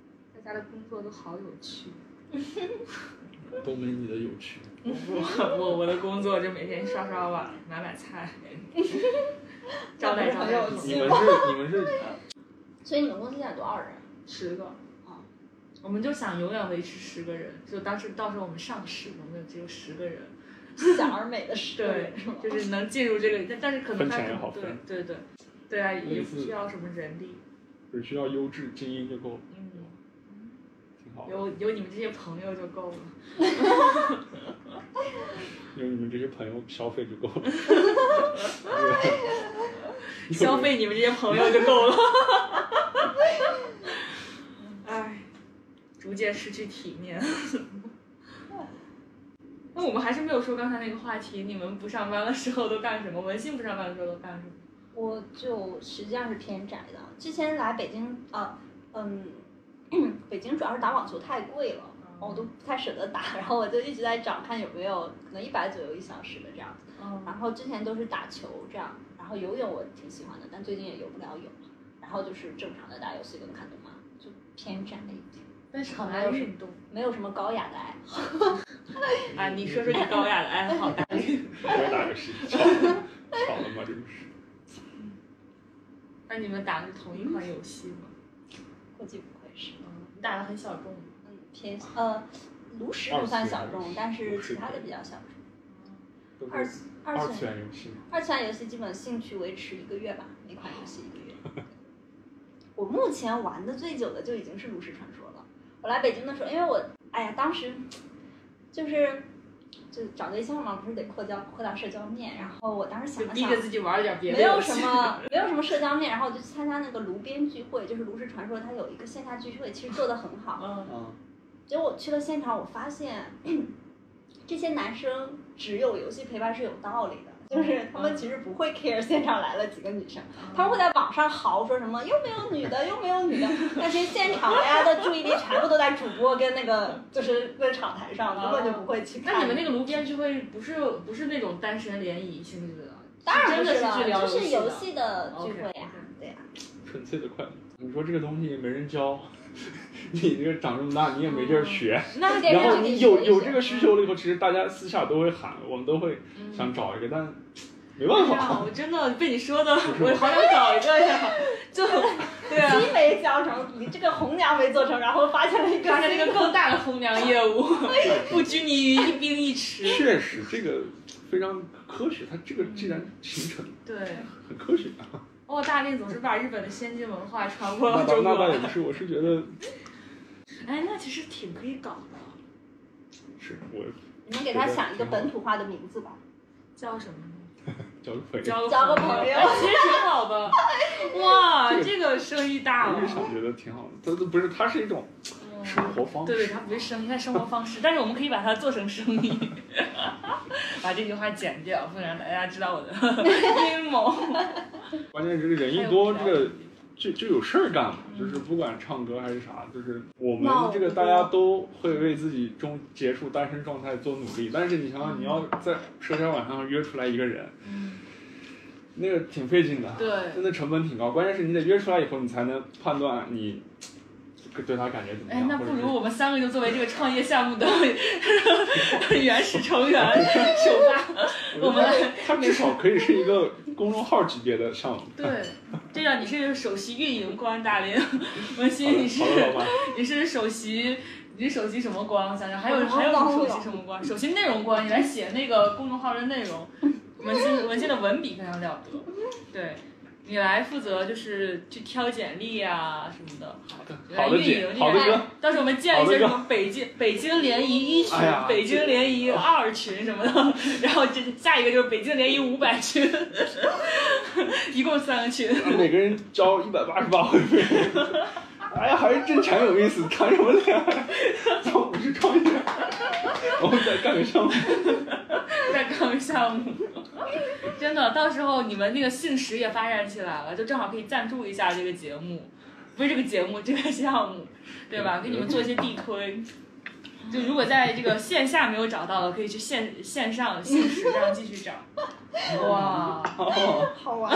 Speaker 4: 大家的工作都好有趣。
Speaker 3: 都没你的有趣。
Speaker 1: 我 我我的工作就每天刷刷碗、买买菜， 招待招
Speaker 2: 那不是很有
Speaker 1: 待
Speaker 2: 趣
Speaker 3: 你们是你们是
Speaker 2: 所以你们公司现在有多少人？
Speaker 1: 十个
Speaker 2: 啊。
Speaker 1: 我们就想永远维持十个人，就当时到时候我们上市，我们就只有十个人，
Speaker 2: 小而美的十个人是吗？
Speaker 1: 就是能进入这个，但但是可能
Speaker 3: 分
Speaker 1: 他
Speaker 3: 钱
Speaker 1: 可
Speaker 3: 也好
Speaker 1: 能对
Speaker 3: 分
Speaker 1: 对对，对啊，也
Speaker 3: 类
Speaker 1: 不
Speaker 3: 似
Speaker 1: 需要什么人力，
Speaker 3: 只需要优质精英就够了，
Speaker 1: 嗯，
Speaker 3: 挺好的。
Speaker 1: 有有你们这些朋友就够了。
Speaker 3: 有你们这些朋友消费就够 了。
Speaker 1: 消费你们这些朋友就 够了。唉，逐渐失去体面。 那我们还是没有说刚才那个话题，你们不上班的时候都干什么？文信不上班的时候都干什么？
Speaker 2: 我就实际上是偏宅的。之前来北京，呃，嗯，北京主要是打网球太贵了，然后我都不太舍得打，然后我就一直在找看有没有可能一百左右一小时的这样子。
Speaker 1: 嗯，
Speaker 2: 然后之前都是打球这样，然后游泳我挺喜欢的，但最近也游不了泳。然后就是正常的打游戏跟看动漫，就偏宅一点，
Speaker 1: 但是很爱运动
Speaker 2: 没有什么高雅的爱好。
Speaker 1: 啊！你说说你高雅的爱好吧。
Speaker 3: 我也打游戏，巧了巧了嘛，这不是。
Speaker 1: 那你们打的是同一款游戏吗？
Speaker 2: 估计不会是，
Speaker 1: 嗯，你打的很小众吗。
Speaker 2: 嗯，偏呃，炉石不算小众，但是
Speaker 3: 炉石
Speaker 2: 其他的比较小众。
Speaker 3: 都是
Speaker 2: 二二次
Speaker 3: 二
Speaker 2: 元
Speaker 3: 次元游戏嘛，
Speaker 2: 二次元游戏基本兴趣维持一个月吧，每款游戏一个月。我目前玩的最久的就已经是《炉石传说》了。我来北京的时候，因为我哎呀，当时就是就找对象嘛，不是得扩交扩大社交面，然后我当时想
Speaker 1: 就
Speaker 2: 了
Speaker 1: 逼
Speaker 2: 想
Speaker 1: 着，自己玩了点别的。嗯
Speaker 2: 没有什。 么没有什么社交面，然后我就去参加那个炉边聚会，就是《炉石传说》它有一个线下聚会，其实做的很好。
Speaker 1: 嗯，
Speaker 3: 啊，
Speaker 2: 结果我去了现场，我发现 这些男生只有游戏陪伴是有道理的，就是他们其实不会 care 现场来了几个女生，他们会在网上嚎说什么又没有女的，又没有女的，但其实现场大家的注意力全部都在主播跟那个就是跟场台上，根本就不会去看。
Speaker 1: 那你们那个炉边聚会不是不是那种单身联谊性质的？
Speaker 2: 当然不
Speaker 1: 真的是去
Speaker 2: 了，
Speaker 1: 聊
Speaker 2: 就是
Speaker 1: 游
Speaker 2: 游
Speaker 1: 戏
Speaker 2: 戏的嗯聚
Speaker 1: OK，
Speaker 2: 会呀、对啊呀、
Speaker 3: 纯粹的快乐。你说这个东西没人教， 你这个长这么大你也没地
Speaker 2: 嗯
Speaker 3: 儿学，
Speaker 1: 那
Speaker 2: 得
Speaker 3: 然
Speaker 2: 让
Speaker 3: 后
Speaker 2: 你
Speaker 3: 你
Speaker 2: 学
Speaker 3: 有
Speaker 2: 一嗯
Speaker 3: 有
Speaker 2: 学
Speaker 3: 这个需求了以后，其实大家私下都会喊，我们都会
Speaker 1: 嗯
Speaker 3: 想找一个，但没办
Speaker 1: 哎呀
Speaker 3: 法，
Speaker 1: 我真的被你说的，我好想搞一个呀！ 就对啊，
Speaker 2: 鸡没教成，你这个红娘没做成，然后发现了一个
Speaker 1: 发现这个更大的红娘业务，
Speaker 2: 哎
Speaker 1: 不拘泥于一兵一池。
Speaker 3: 确实这个非常科学，它这个既然形成了，
Speaker 1: 对，
Speaker 3: 很科学啊。
Speaker 1: 哦，大令总是把日本的先进文化传播
Speaker 3: 那
Speaker 1: 到
Speaker 3: 倒
Speaker 1: 中
Speaker 3: 那倒也
Speaker 1: 国。
Speaker 3: 不是，我是觉得
Speaker 1: 哎，那其实挺可以搞的，
Speaker 3: 是我
Speaker 2: 你们给他想一个本土化的名字吧，
Speaker 1: 叫什么呢？
Speaker 3: 交个朋友，
Speaker 1: 交
Speaker 2: 交个
Speaker 1: 朋
Speaker 2: 朋友
Speaker 1: 哎其实挺好的。 哇，这个生意大
Speaker 3: 我
Speaker 1: 了
Speaker 3: 日。常觉得挺好的。它都不是，它是一种生活
Speaker 1: 嗯
Speaker 3: 方
Speaker 1: 对对，
Speaker 3: 式。
Speaker 1: 它不是生意，它是生活方式，但是我们可以把它做成生意。 把这句话剪掉，不然大家知道我的 阴谋。
Speaker 3: 关键是人一多，这个就就有事儿干嘛，就是
Speaker 1: 嗯
Speaker 3: 不管唱歌还是啥，就是我们
Speaker 2: 闹
Speaker 3: 这个
Speaker 2: 得
Speaker 3: 大
Speaker 2: 多
Speaker 3: 家都会为自己中结束单身状态做努力。但是你想想，
Speaker 1: 嗯
Speaker 3: 你要在社交网上约出来一个人，那个挺费劲的，
Speaker 1: 对，
Speaker 3: 真的成本挺高。关键是你得约出来以后，你才能判断你对他感觉怎么
Speaker 1: 哎
Speaker 3: 样，，
Speaker 1: 那
Speaker 3: 或
Speaker 1: 不
Speaker 3: 者是
Speaker 1: 如我们三个就作为这个创业项目的 原始成 员首发。我们来
Speaker 3: 它至少可以是一个公众号级别的项目。
Speaker 1: 对，这样你是首席运营官大林，文
Speaker 3: 好
Speaker 1: 心你
Speaker 3: 的，
Speaker 1: 是
Speaker 3: 好的，老板，
Speaker 1: 你是首席。你是首席什么官？我想想，还有
Speaker 2: 我
Speaker 1: 还有
Speaker 2: 忘了
Speaker 1: 首席什么官？首席内容官，你来写那个公众号的内容。文心文心的文笔非常了得，对你来负责就是去挑简历啊什么的。
Speaker 3: 好的姐，好的哥。
Speaker 1: 到时候我们建一些什么北京北京联谊一群、
Speaker 3: 哎呀
Speaker 1: 北京联谊二群什么的， 然后这下一个就是北京联谊五百群， 一共三个群。
Speaker 3: 每个人交一百八十八会费， 哎呀，还是正常有意思，谈什么恋爱？我不是创业， 我们再干个项 目。
Speaker 1: 在搞项目， 真的，到时候你们那个信实也发展起来了，就正好可以赞助一下这个节目，不是这个节目，这个项目，对吧？给你们做一些地推。就如果在这个线下没有找到的，可以去线线上信实这样继续找。
Speaker 3: 嗯
Speaker 1: 哇，
Speaker 3: 哦，
Speaker 2: 好玩。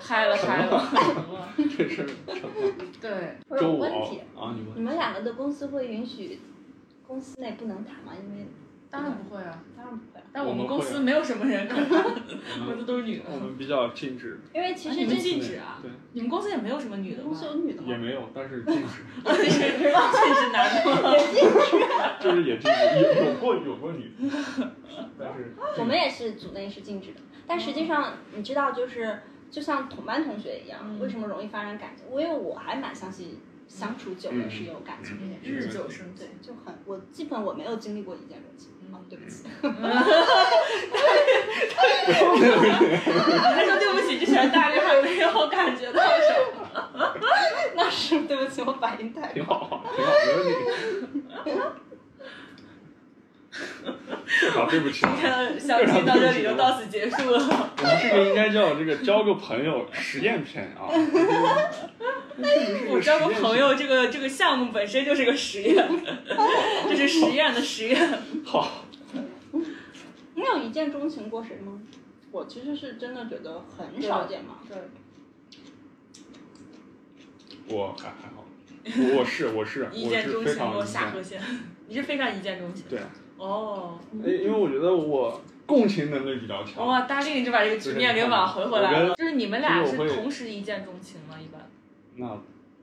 Speaker 1: 嗨了嗨了，
Speaker 3: 这事儿
Speaker 1: 对，
Speaker 2: 我
Speaker 3: 周
Speaker 2: 有
Speaker 3: 五
Speaker 2: 问题，
Speaker 3: 啊，你
Speaker 2: 你
Speaker 3: 问
Speaker 2: 们两个的公司会允许公司内不能谈吗？因为
Speaker 1: 当然不会啊，
Speaker 2: 当然不会，
Speaker 1: 但我
Speaker 3: 我
Speaker 1: 们
Speaker 3: 们
Speaker 1: 公
Speaker 3: 会
Speaker 1: 司
Speaker 3: 啊
Speaker 1: 没有什么人可能，我
Speaker 3: 我
Speaker 1: 们
Speaker 3: 们
Speaker 1: 都是女的。
Speaker 3: 我们比较禁止，
Speaker 2: 因为其
Speaker 1: 啊
Speaker 2: 实
Speaker 1: 你
Speaker 2: 这
Speaker 1: 们禁止啊？
Speaker 3: 对，
Speaker 1: 你们公司也没有什么女的吧？
Speaker 2: 公司有女的
Speaker 3: 也
Speaker 2: 吗？
Speaker 3: 没有，但是禁止，
Speaker 1: 这是男 的。
Speaker 3: 就是也禁止，有有过有过女，但是
Speaker 2: 我们也是组内是禁止的，但实际上你知道，就是就像同班同学一样，
Speaker 1: 嗯
Speaker 2: 为什么容易发生感情？因为我还蛮相信相处久了是有感情这件事。
Speaker 1: 日久生情
Speaker 2: 对，，就很我基本我没有经历过一见钟情。哦，对不起，
Speaker 1: 他说对不起之前，大家还没有感觉到什么。
Speaker 2: 那是对不起，我反应太
Speaker 3: 挺好，挺好，没问题。至少对不起，啊
Speaker 1: 你看，小七到这里就到此结束了。
Speaker 3: 我们这个应该叫这个交个朋友实验篇啊。
Speaker 1: 我交个朋友，这个这个项目本身就是个实验，这是实验的实验。
Speaker 3: 好，
Speaker 2: 你有一见钟情过谁吗？我其实是真的觉得很少见嘛。
Speaker 1: 对，
Speaker 3: 我还还好，我我是我是
Speaker 1: 一
Speaker 3: 我
Speaker 1: 见
Speaker 3: 是
Speaker 1: 钟
Speaker 3: 非
Speaker 1: 情
Speaker 3: 常
Speaker 1: 落下河线，你是非常一见钟情。
Speaker 3: 对，
Speaker 1: 哦，
Speaker 3: 因因为我觉得我共情能力比较强。
Speaker 1: 哇，搭令就把这个局面给挽回回来了。就是你们俩是同时一见钟情吗？一般，
Speaker 3: 那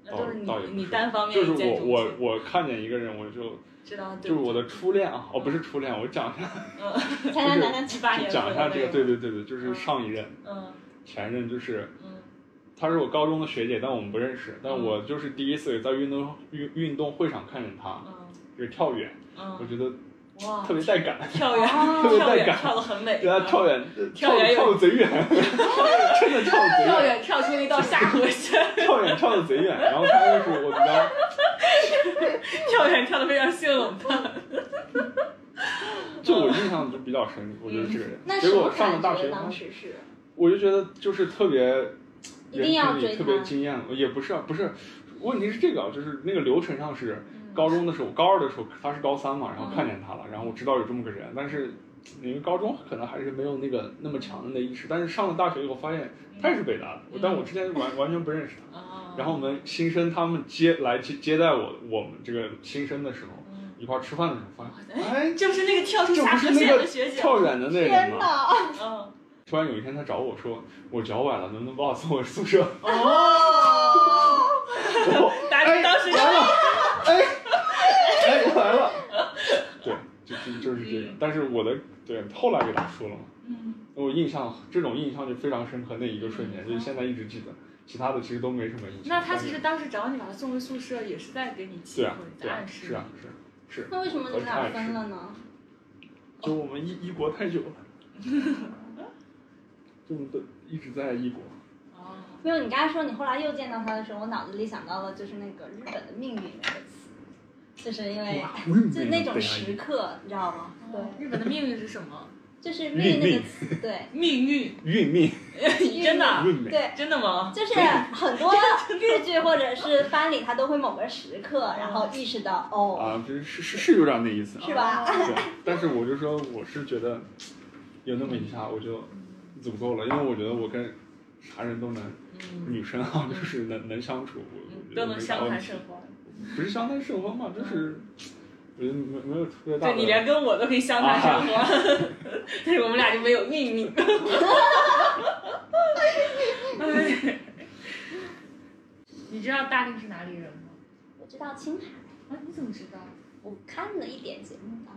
Speaker 1: 那都是你
Speaker 3: 哦倒也不是
Speaker 1: 你单方面
Speaker 3: 就是
Speaker 1: 一见
Speaker 3: 我
Speaker 1: 钟
Speaker 3: 我
Speaker 1: 情，
Speaker 3: 我看见一个人，我就
Speaker 1: 知道
Speaker 3: 就
Speaker 1: 对
Speaker 3: 是
Speaker 1: 不
Speaker 3: 我
Speaker 1: 对？
Speaker 3: 的初恋啊，哦不是初恋，我讲一下，
Speaker 2: 谈谈谈谈，
Speaker 1: 七八
Speaker 3: 就
Speaker 1: 年
Speaker 3: 讲一下这个，对
Speaker 1: 对，
Speaker 3: 对对对，就是
Speaker 1: 嗯
Speaker 3: 上一任
Speaker 1: 嗯
Speaker 3: 前任，就是
Speaker 1: 嗯
Speaker 3: 她是我高中的学姐，但我们不认识，但
Speaker 1: 嗯
Speaker 3: 我就是第一次在运动运运动会上看见她，
Speaker 1: 嗯
Speaker 3: 就是跳远，我
Speaker 1: 嗯，
Speaker 3: 觉得
Speaker 1: 哇
Speaker 3: 特，别带感，
Speaker 1: 跳远
Speaker 3: 特别
Speaker 1: 跳
Speaker 3: 带
Speaker 1: 远
Speaker 3: 感
Speaker 1: 跳的很美，
Speaker 3: 对她跳远
Speaker 1: 跳远有
Speaker 3: 跳的贼远， 真的跳的贼
Speaker 1: 跳
Speaker 3: 远，
Speaker 1: 远跳出一道下河 线，
Speaker 3: 跳远跳的贼远，然后她就是我比较。
Speaker 1: 跳远跳的非常性冷 淡。
Speaker 3: 就我印象就比较深，我觉得这个人。
Speaker 2: 那
Speaker 3: 结
Speaker 2: 什么
Speaker 3: 果上
Speaker 2: 感
Speaker 3: 了大学
Speaker 2: 觉？
Speaker 3: 以后
Speaker 2: 当，时是
Speaker 3: 我就觉得就是特别，
Speaker 2: 一定要追他
Speaker 3: 也特别惊艳了。也不是啊，不是，问题是这个啊，就是那个流程上是高中的时候，高二的时候他是高三嘛，然后看见他了，然后我知道有这么个人，但是因为高中可能还是没有那个那么强烈的意识，但是上了大学以后发现他也是北大的，我但我之前完完全不认识他。
Speaker 1: 啊，
Speaker 3: 然后我们新生他们接来接接待我我们这个新生的时候，
Speaker 1: 嗯
Speaker 3: 一块儿吃饭的时候发现，哎，
Speaker 1: 就是那个跳出
Speaker 3: 这
Speaker 1: 下
Speaker 3: 不
Speaker 1: 河
Speaker 3: 是那
Speaker 1: 线
Speaker 3: 个
Speaker 1: 的学姐，
Speaker 3: 跳远的那人
Speaker 2: 天
Speaker 3: 吗？
Speaker 2: 哪！
Speaker 1: 嗯，
Speaker 3: 突然有一天，他找我说：“我脚崴了，能不能把我送回宿舍
Speaker 1: 哦，？”
Speaker 3: 我哎
Speaker 1: 大家当时
Speaker 3: 来了，哎，哎，我来了。对，就就就是这个
Speaker 1: 嗯。
Speaker 3: 但是我的对后来给他说了嘛，
Speaker 1: 嗯
Speaker 3: 我印象这种印象就非常深刻，那一个瞬间，就是现在一直记得，其他的其实都没什么印象。
Speaker 1: 那他
Speaker 3: 但
Speaker 1: 其
Speaker 3: 是
Speaker 1: 实当时找你把他送回宿舍，也是在给你机
Speaker 3: 对
Speaker 1: 会
Speaker 3: 啊，，对
Speaker 1: 在
Speaker 3: 啊，
Speaker 1: 暗
Speaker 3: 是
Speaker 1: 示
Speaker 3: 啊，是啊。是，
Speaker 2: 那为什么你们俩分了呢？
Speaker 3: 就我们异异国太久了，就我们都一直在异国。
Speaker 1: 你。哦，
Speaker 2: 没有，你刚才说你后来又见到他的时候，我脑子里想到了就是那个日本的命运那个词，就是因为哎
Speaker 3: 啊
Speaker 2: 就是那种时刻，你知道吗？对，
Speaker 1: 日本的命运是什么？
Speaker 2: 就是命运那个 词，对，
Speaker 1: 命运，
Speaker 3: 运命，
Speaker 1: 真的啊
Speaker 3: 运命。
Speaker 2: 对。
Speaker 1: 真的吗？
Speaker 2: 就是很多日剧或者是番里，他都会某个时刻，然后意识到哦，
Speaker 3: 啊，就是是是是有点那意思啊，
Speaker 2: 是吧？
Speaker 3: 对，但是我就说我是觉得有那么一下我就足够了，因为我觉得我跟啥人都能，
Speaker 1: 嗯，
Speaker 3: 女生啊 就是能能相处，我
Speaker 1: 嗯都能相谈甚
Speaker 3: 生，
Speaker 1: 欢。
Speaker 3: 不是相谈甚欢嘛，就是我觉得没没有特别大
Speaker 1: 对
Speaker 3: 的。
Speaker 1: 你连跟我都可以相
Speaker 3: 啊
Speaker 1: 谈甚欢， 但是我们俩就没有秘 密。哎 你知道大令是哪里人吗？
Speaker 2: 我知道青海，
Speaker 1: 啊，你怎么知道？
Speaker 2: 我看了一点节目吧。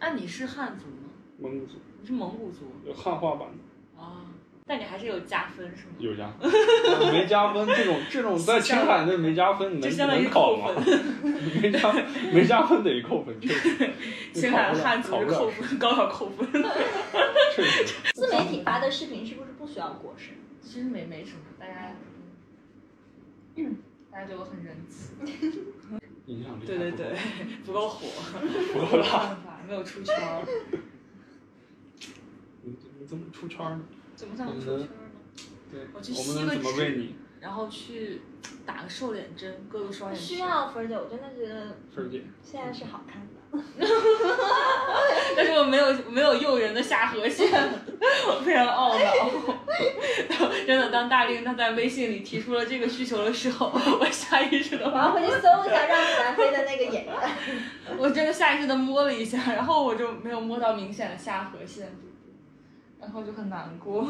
Speaker 1: 啊，你是汉族吗？
Speaker 3: 蒙古族
Speaker 1: 你是蒙古族
Speaker 3: 有汉化版的
Speaker 1: 啊？但你还是有加分是吗？
Speaker 3: 有加 分，没加分这种这种在青海那没加 分，你
Speaker 1: 就
Speaker 3: 能
Speaker 1: 相当于
Speaker 3: 能
Speaker 1: 扣
Speaker 3: 考吗？
Speaker 1: 分，
Speaker 3: 没加没加分得扣分，确实。
Speaker 1: 青海
Speaker 3: 你
Speaker 1: 的
Speaker 3: 考
Speaker 1: 汉
Speaker 3: 不了
Speaker 1: 族是扣，
Speaker 3: 考不了
Speaker 1: 分，高考扣分。
Speaker 3: 确实。
Speaker 2: 自媒体发的视频是不是不需要过审？
Speaker 1: 其实没没什么，大家嗯大家对我很仁慈。
Speaker 3: 影响力
Speaker 4: 对对 对，不够火，
Speaker 3: 不
Speaker 1: 没
Speaker 3: 够
Speaker 1: 有
Speaker 3: 大。
Speaker 1: 办法，没有出圈儿，
Speaker 3: 你你怎么出圈呢？
Speaker 1: 怎么想出圈儿呢？
Speaker 3: 对，
Speaker 1: 我去
Speaker 3: 我们
Speaker 1: 吸
Speaker 3: 能
Speaker 1: 个
Speaker 3: 怎么
Speaker 1: 脂
Speaker 3: 为你，
Speaker 1: 然后去打个瘦脸针，割个双眼皮。
Speaker 2: 需。要分儿姐，我真的觉得
Speaker 3: 芬儿姐？
Speaker 2: 现在是好看的。
Speaker 1: 但是我没有我没有诱人的下颌线， 我非常懊恼。 真的，当大令他在微信里提出了这个需求的时候，我下意识
Speaker 2: 我要
Speaker 1: 的，
Speaker 2: 回去搜一下《让子弹飞》的那个演员。
Speaker 1: 我真的下意识的摸了一下，然后我就没有摸到明显的下颌线，然后就很难过。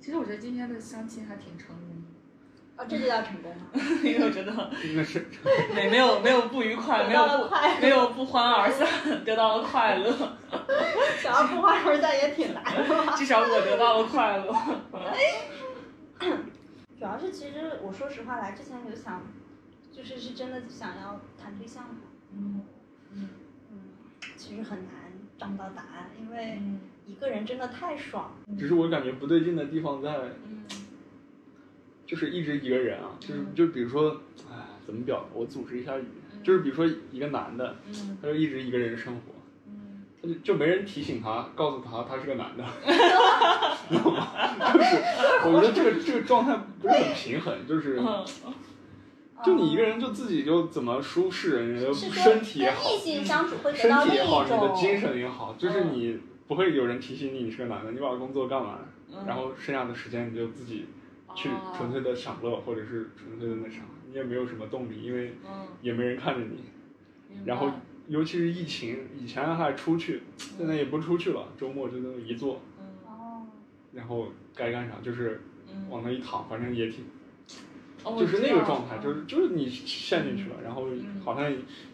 Speaker 1: 其实我觉得今天的相亲还挺成功的，
Speaker 2: 哦，这就叫成功 吗？
Speaker 1: 因为我觉得
Speaker 3: 那是
Speaker 1: 没没有没有不愉快，没有
Speaker 2: 得到 了
Speaker 1: 不
Speaker 2: 快乐
Speaker 1: 没有不欢而散，得到了快乐，
Speaker 2: 想要不花儿但也挺 难的。
Speaker 1: 至少我得到了快乐。
Speaker 2: 主要是其实我说实话，来之前有想，就是是真的想要谈对象嘛。
Speaker 1: 嗯嗯
Speaker 2: 嗯，其实很难找到答案，因为
Speaker 1: 嗯
Speaker 2: 一个人真的太爽了。
Speaker 3: 只是我感觉不对劲的地方在，就是一直一个人啊，就是
Speaker 2: 嗯
Speaker 3: 就比如说，哎，怎么表达？我组织一下语言，就是比如说一个男的，
Speaker 1: 嗯
Speaker 3: 他就一直一个人生活，
Speaker 1: 嗯。
Speaker 3: 他就就没人提醒他，告诉他他是个男 的，就是 我觉得这个这个状态不是很平衡，就是
Speaker 1: 嗯
Speaker 3: 就你一个人就自己就怎么舒适，你的
Speaker 2: 嗯哦是说
Speaker 3: 身体也
Speaker 2: 跟
Speaker 3: 好
Speaker 2: 异，性相处会得
Speaker 3: 身
Speaker 2: 到
Speaker 3: 体
Speaker 2: 另
Speaker 3: 也
Speaker 2: 一
Speaker 3: 好，你的精
Speaker 2: 种，
Speaker 3: 神也
Speaker 1: 嗯
Speaker 3: 好，就是你不会有人提醒你你是个男的，你把工作干完，
Speaker 1: 嗯
Speaker 3: 然后剩下的时间你就自己去
Speaker 1: 哦
Speaker 3: 纯粹的享乐，或者是纯粹的那啥，你也没有什么动力，因为
Speaker 1: 嗯，
Speaker 3: 也没人看着你。
Speaker 1: 明白
Speaker 3: 然后尤其是疫情，以前还出去，现在也不出去了，周末就那么一坐，
Speaker 1: 嗯
Speaker 2: 哦，
Speaker 3: 然后该干啥就是
Speaker 1: 嗯，
Speaker 3: 往那一躺，反正也挺，
Speaker 1: 哦我
Speaker 3: 就是
Speaker 1: 知
Speaker 3: 那个
Speaker 1: 道
Speaker 3: 状态，
Speaker 1: 了
Speaker 3: 就是就是你陷进去了，然后
Speaker 1: 嗯
Speaker 3: 好像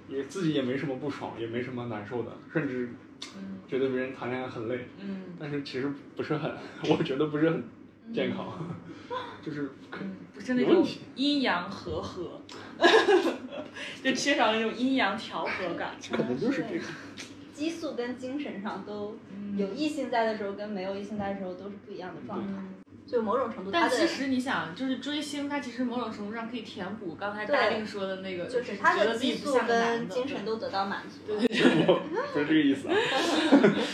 Speaker 3: 也自己也没什么不爽，也没什么难受的，甚至
Speaker 1: 嗯
Speaker 3: 觉得别人谈恋爱很累，
Speaker 1: 嗯
Speaker 3: 但是其实不是很， 我觉得不是很健康， 就是可
Speaker 1: 嗯，不是那
Speaker 3: 有问
Speaker 1: 种
Speaker 3: 题
Speaker 1: 阴阳和合， 就缺少那种阴阳调和感。
Speaker 3: 可能就是这个。
Speaker 2: 激素跟精神上都
Speaker 1: 嗯
Speaker 2: 有异性在的时候跟没有异性在的时候都是不一样的状态，
Speaker 1: 嗯
Speaker 2: 就某种程度它
Speaker 1: 但
Speaker 2: 的
Speaker 1: 其实你想，就是追星，它其实某种程度上可以填补刚才
Speaker 2: 对
Speaker 1: 大令说的那个，
Speaker 2: 就是
Speaker 1: 觉
Speaker 2: 他
Speaker 1: 得
Speaker 2: 的
Speaker 1: 自
Speaker 2: 激
Speaker 1: 己不
Speaker 2: 素
Speaker 1: 像个男
Speaker 2: 跟
Speaker 1: 的
Speaker 2: 精神，都得到满足。
Speaker 1: 对对对，
Speaker 3: 不是这个意思啊，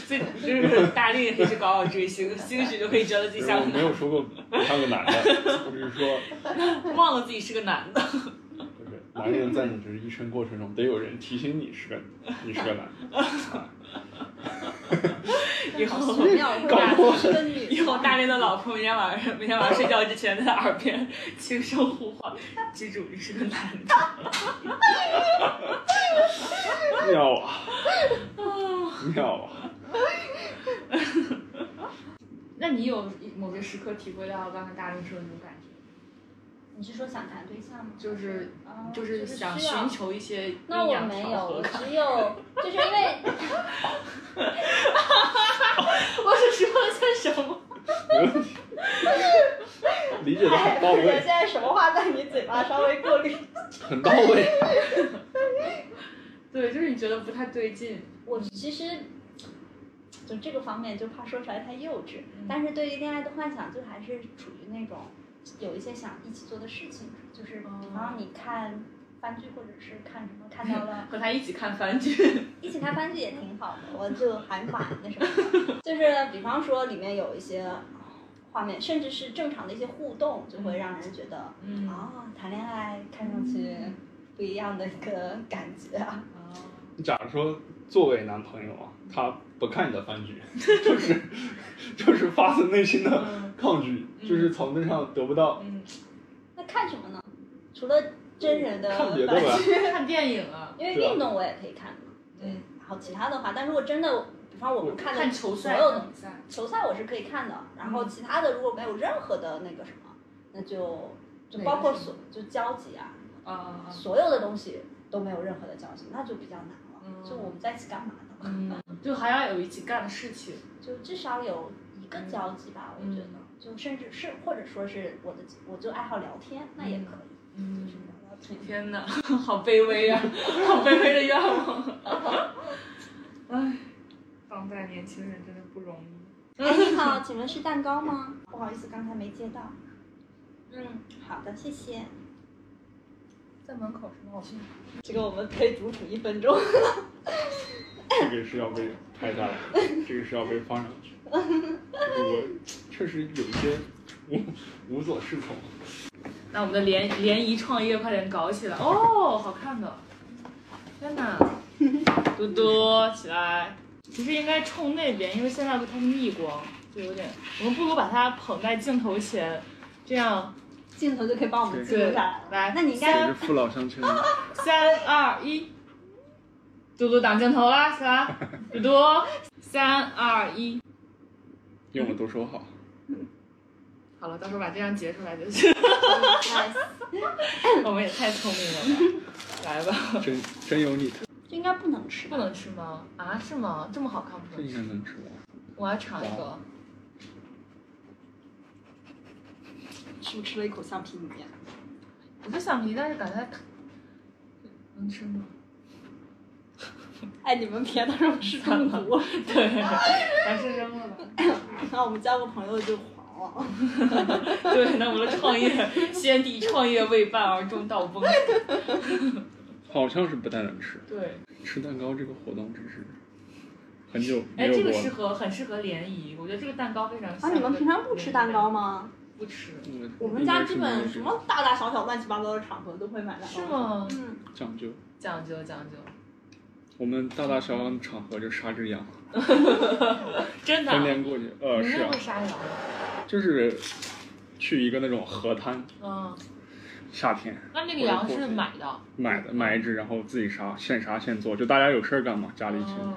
Speaker 1: 所 以就是大令也可以去搞搞追 星，兴许就可以觉得自己像
Speaker 3: 我
Speaker 1: 个
Speaker 3: 没
Speaker 1: 男
Speaker 3: 有说过不像个男的，我只是说，
Speaker 1: 的，忘了自己是个男 的。
Speaker 3: 就是男人在你这一生过程中得有人提醒你是个你是个男的，
Speaker 1: 以后
Speaker 2: 玄妙，会
Speaker 1: 搞
Speaker 2: 让
Speaker 1: 不
Speaker 2: 自己是个女的。
Speaker 1: 以后大林的老婆每天晚上每天晚上睡觉之前在他耳边轻声呼唤：“记住，你是个男的。
Speaker 3: 妙啊， 妙啊！”
Speaker 1: 那你有某些时刻体会到刚才大林说的那种感觉，
Speaker 2: 你是说想谈对象吗？
Speaker 1: 就是
Speaker 2: 哦
Speaker 1: 就是想
Speaker 2: 需要
Speaker 1: 寻求一些
Speaker 2: 那
Speaker 1: 阴
Speaker 2: 我
Speaker 1: 阳
Speaker 2: 没有，
Speaker 1: 调和
Speaker 2: 我
Speaker 1: 感。
Speaker 2: 只有就是因为
Speaker 1: 我是说了些什么？
Speaker 3: 没问题，理解的很到
Speaker 2: 不是
Speaker 3: 位
Speaker 2: 现，在什么话在你嘴巴稍微过滤？
Speaker 3: 很到位。
Speaker 1: 对，就是你觉得不太对劲。
Speaker 2: 我其实就这个方面就怕说出来太幼稚，但是对于恋爱的幻想，就还是处于那种有一些想一起做的事情，就是比方你看番剧或者是看什么看到了。
Speaker 1: 和他一起看番剧，
Speaker 2: 一起看番剧也挺好的，我就还蛮那什么的，就是比方说里面有一些画面，甚至是正常的一些互动，就会让人觉得啊、
Speaker 1: 嗯
Speaker 2: 谈恋爱看上去不一样的一个感觉 啊。
Speaker 3: 假如说作为男朋友啊，他不看你的番剧， 就是就是发自内心的抗拒，就是从那上得不到
Speaker 1: 嗯，
Speaker 2: 那看什么呢？除了真人的
Speaker 3: 看别的
Speaker 2: 番
Speaker 3: 吧
Speaker 2: 剧，
Speaker 1: 看电影啊，嗯
Speaker 2: 因为
Speaker 3: 对啊
Speaker 2: 运动我也可以看嘛。对，然后其他的话，但如果真的，比方我们看的
Speaker 1: 看球
Speaker 2: 所
Speaker 1: 赛、
Speaker 2: 有的
Speaker 1: 看比赛。
Speaker 2: 球赛我是可以看的，然后
Speaker 1: 嗯
Speaker 2: 其他的如果没有任何的那个什么，那就就包括所就交集啊，
Speaker 1: 啊啊啊！
Speaker 2: 所有的东西都没有任何的交集，那就比较难了。
Speaker 1: 嗯
Speaker 2: 就我们在一起干嘛呢？
Speaker 1: 嗯，就还要有一起干的事情。
Speaker 2: 就至少有一个交集吧，我觉得。就甚至是或者说是我的，我就爱好聊天，那也可以，就是
Speaker 1: 嗯。
Speaker 2: 聊聊天。
Speaker 1: 天哪， 好卑微啊， 好卑微的愿望。 唉，当代年轻人真的不容易。
Speaker 2: 哎，你好，请问 是蛋糕吗？不好意思，刚才没接到。嗯，好的，谢谢。
Speaker 6: 在门口是吗？我去
Speaker 2: 这个我们可以独处一分钟。
Speaker 3: 这个是要被拍下来的，这个是要被放上去。这个我确实有一些无无所适从。
Speaker 1: 那我们的联联谊创业快点搞起来哦，好看的，天哪，嘟嘟起来！其实应该冲那边，因为现在不太逆光，就有点，我们不如把它捧在镜头前，这样
Speaker 2: 镜头就可以帮我们记录
Speaker 1: 对，
Speaker 2: 下来。
Speaker 1: 来，
Speaker 2: 那你应
Speaker 3: 随
Speaker 2: 该
Speaker 3: 着父老乡亲，
Speaker 1: 三二一，嘟嘟挡镜头啦，起来，嘟嘟，三二一，
Speaker 3: 用我都说 好。
Speaker 1: 好了，到时候把这张截出来就行。 我们也太聪明了吧，来吧，
Speaker 3: 真真有你，
Speaker 2: 这应该不能吃
Speaker 1: 不能吃吗？啊，是吗？这么好看不
Speaker 3: 这
Speaker 1: 能
Speaker 3: 应
Speaker 1: 吃？
Speaker 3: 该能吃完。
Speaker 1: 我要尝一个。
Speaker 4: 是不是吃了一口橡皮泥？
Speaker 1: 我是橡皮，但是感觉它能吃吗？
Speaker 2: 哎，你们别到时候吃中毒。 啊
Speaker 1: 对，还是扔了吧。
Speaker 2: 然后我们交个朋友就黄了。
Speaker 1: 对，那我们的创业先帝创业未半而中道 崩。
Speaker 3: 好像是不太能吃。
Speaker 1: 对，
Speaker 3: 吃蛋糕这个活动真是很久没
Speaker 1: 哎，
Speaker 3: 有
Speaker 1: 这
Speaker 3: 过
Speaker 1: 个
Speaker 3: 了。
Speaker 1: 适合，很适合联谊。我觉得这个蛋糕非常
Speaker 2: 啊，
Speaker 1: 像。
Speaker 2: 你们平常不吃蛋糕？吗？
Speaker 1: 不吃。
Speaker 3: 嗯
Speaker 2: 我们家基本什么大大小小乱七八糟的场合都会买蛋糕。
Speaker 1: 是？吗？
Speaker 2: 嗯，
Speaker 3: 讲究？
Speaker 1: 讲究讲究，
Speaker 3: 我们大大小小的场合就杀只羊，
Speaker 1: 真的啊。
Speaker 3: 天天过去。呃，
Speaker 1: 你们
Speaker 3: 是
Speaker 1: 那
Speaker 3: 啊
Speaker 1: 会，杀羊吗？
Speaker 3: 就是去一个那种河滩，
Speaker 1: 嗯，
Speaker 3: 夏天
Speaker 1: 那那个羊是买的。
Speaker 3: 买的买一只，然后自己杀，现杀现做，就大家有事儿干嘛，家里一起。
Speaker 1: 哦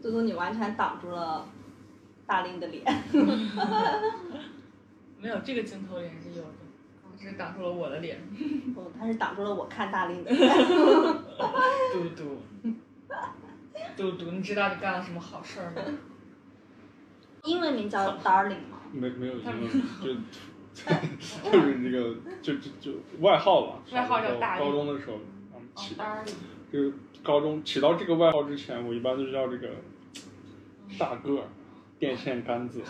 Speaker 2: 嘟嘟，你完全挡住了大令的脸。
Speaker 1: 没有这个镜头脸是有的，只是挡住了我的脸。
Speaker 2: 哦，他是挡住了我看大令的脸。
Speaker 1: 嘟嘟， 嘟嘟，你知道你干了什么好事儿吗？
Speaker 2: 英文名叫 Darling 吗？
Speaker 3: 没没有什么， 就就是那个就就就外号吧。
Speaker 1: 外号叫大力
Speaker 3: 高中的时候，嗯，
Speaker 1: 哦
Speaker 3: 起，
Speaker 1: 当然了
Speaker 3: 就是高中起到这个外号之前，我一般都叫这个大个儿、电线 杆子，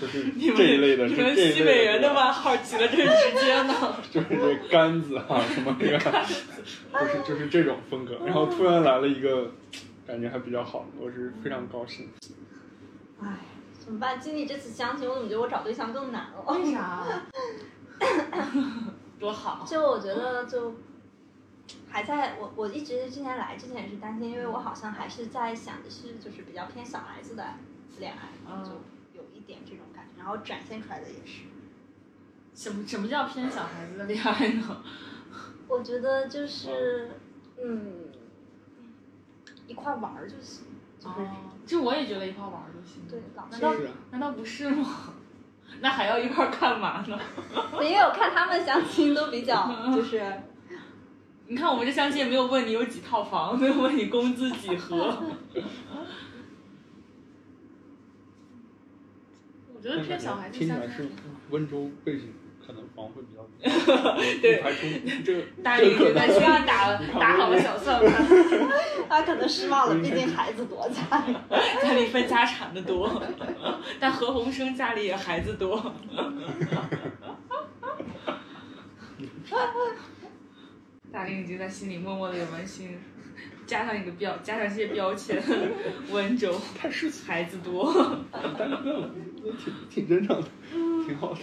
Speaker 3: 就是这一类的，
Speaker 1: 嗯你
Speaker 3: 就
Speaker 1: 们
Speaker 3: 这一
Speaker 1: 西北
Speaker 3: 类
Speaker 1: 人
Speaker 3: 的
Speaker 1: 的，外号起的真直接呢。
Speaker 3: 就是这杆子啊什么这个，就是就是这种风格。然后突然来了一个，感觉还比较好，我是非常高兴。
Speaker 2: 唉，怎么办？经历这次相亲，我怎么觉得我找对象更难了？
Speaker 1: 为啥？啊 多好！
Speaker 2: 就我觉得就还在我我一直之前来之前也是担心，因为我好像还是在想的是就是比较偏小孩子的恋爱，
Speaker 1: 嗯
Speaker 2: 就有一点这种感觉，然后展现出来的也是。
Speaker 1: 什么什么叫偏小孩子的恋爱呢？
Speaker 2: 我觉得就是嗯，一块玩儿就行，就是、
Speaker 1: 哦， 就我也觉得一块玩儿就行。
Speaker 2: 对，老
Speaker 1: 嗯难
Speaker 2: 师
Speaker 1: 道
Speaker 3: 是啊
Speaker 1: 难道不是吗？ 那还要一块儿干嘛呢？
Speaker 2: 没有看他们相亲都比较就是
Speaker 1: 你看我们这相亲也没有问你有几套房，没有问你工资几何。 我觉得偏小孩子
Speaker 3: 听起
Speaker 1: 相
Speaker 3: 来是
Speaker 1: 亲，
Speaker 3: 温州背景，可能房会比较
Speaker 1: 对
Speaker 3: 不排除这个
Speaker 1: 大
Speaker 3: 这
Speaker 1: 力
Speaker 3: 个
Speaker 1: 觉
Speaker 3: 可
Speaker 1: 得
Speaker 3: 能。
Speaker 1: 需要打打好了小算盘，
Speaker 2: 他可能失望了，毕竟孩子多家里。
Speaker 1: 家里分家产的多，但何鸿燊家里也孩子多。大令已经在心里默默的有完心，加上一个标，加上这些标签，温州
Speaker 3: 太世俗
Speaker 1: 孩子多。
Speaker 3: 很单纯了，也挺挺正常的，挺好的。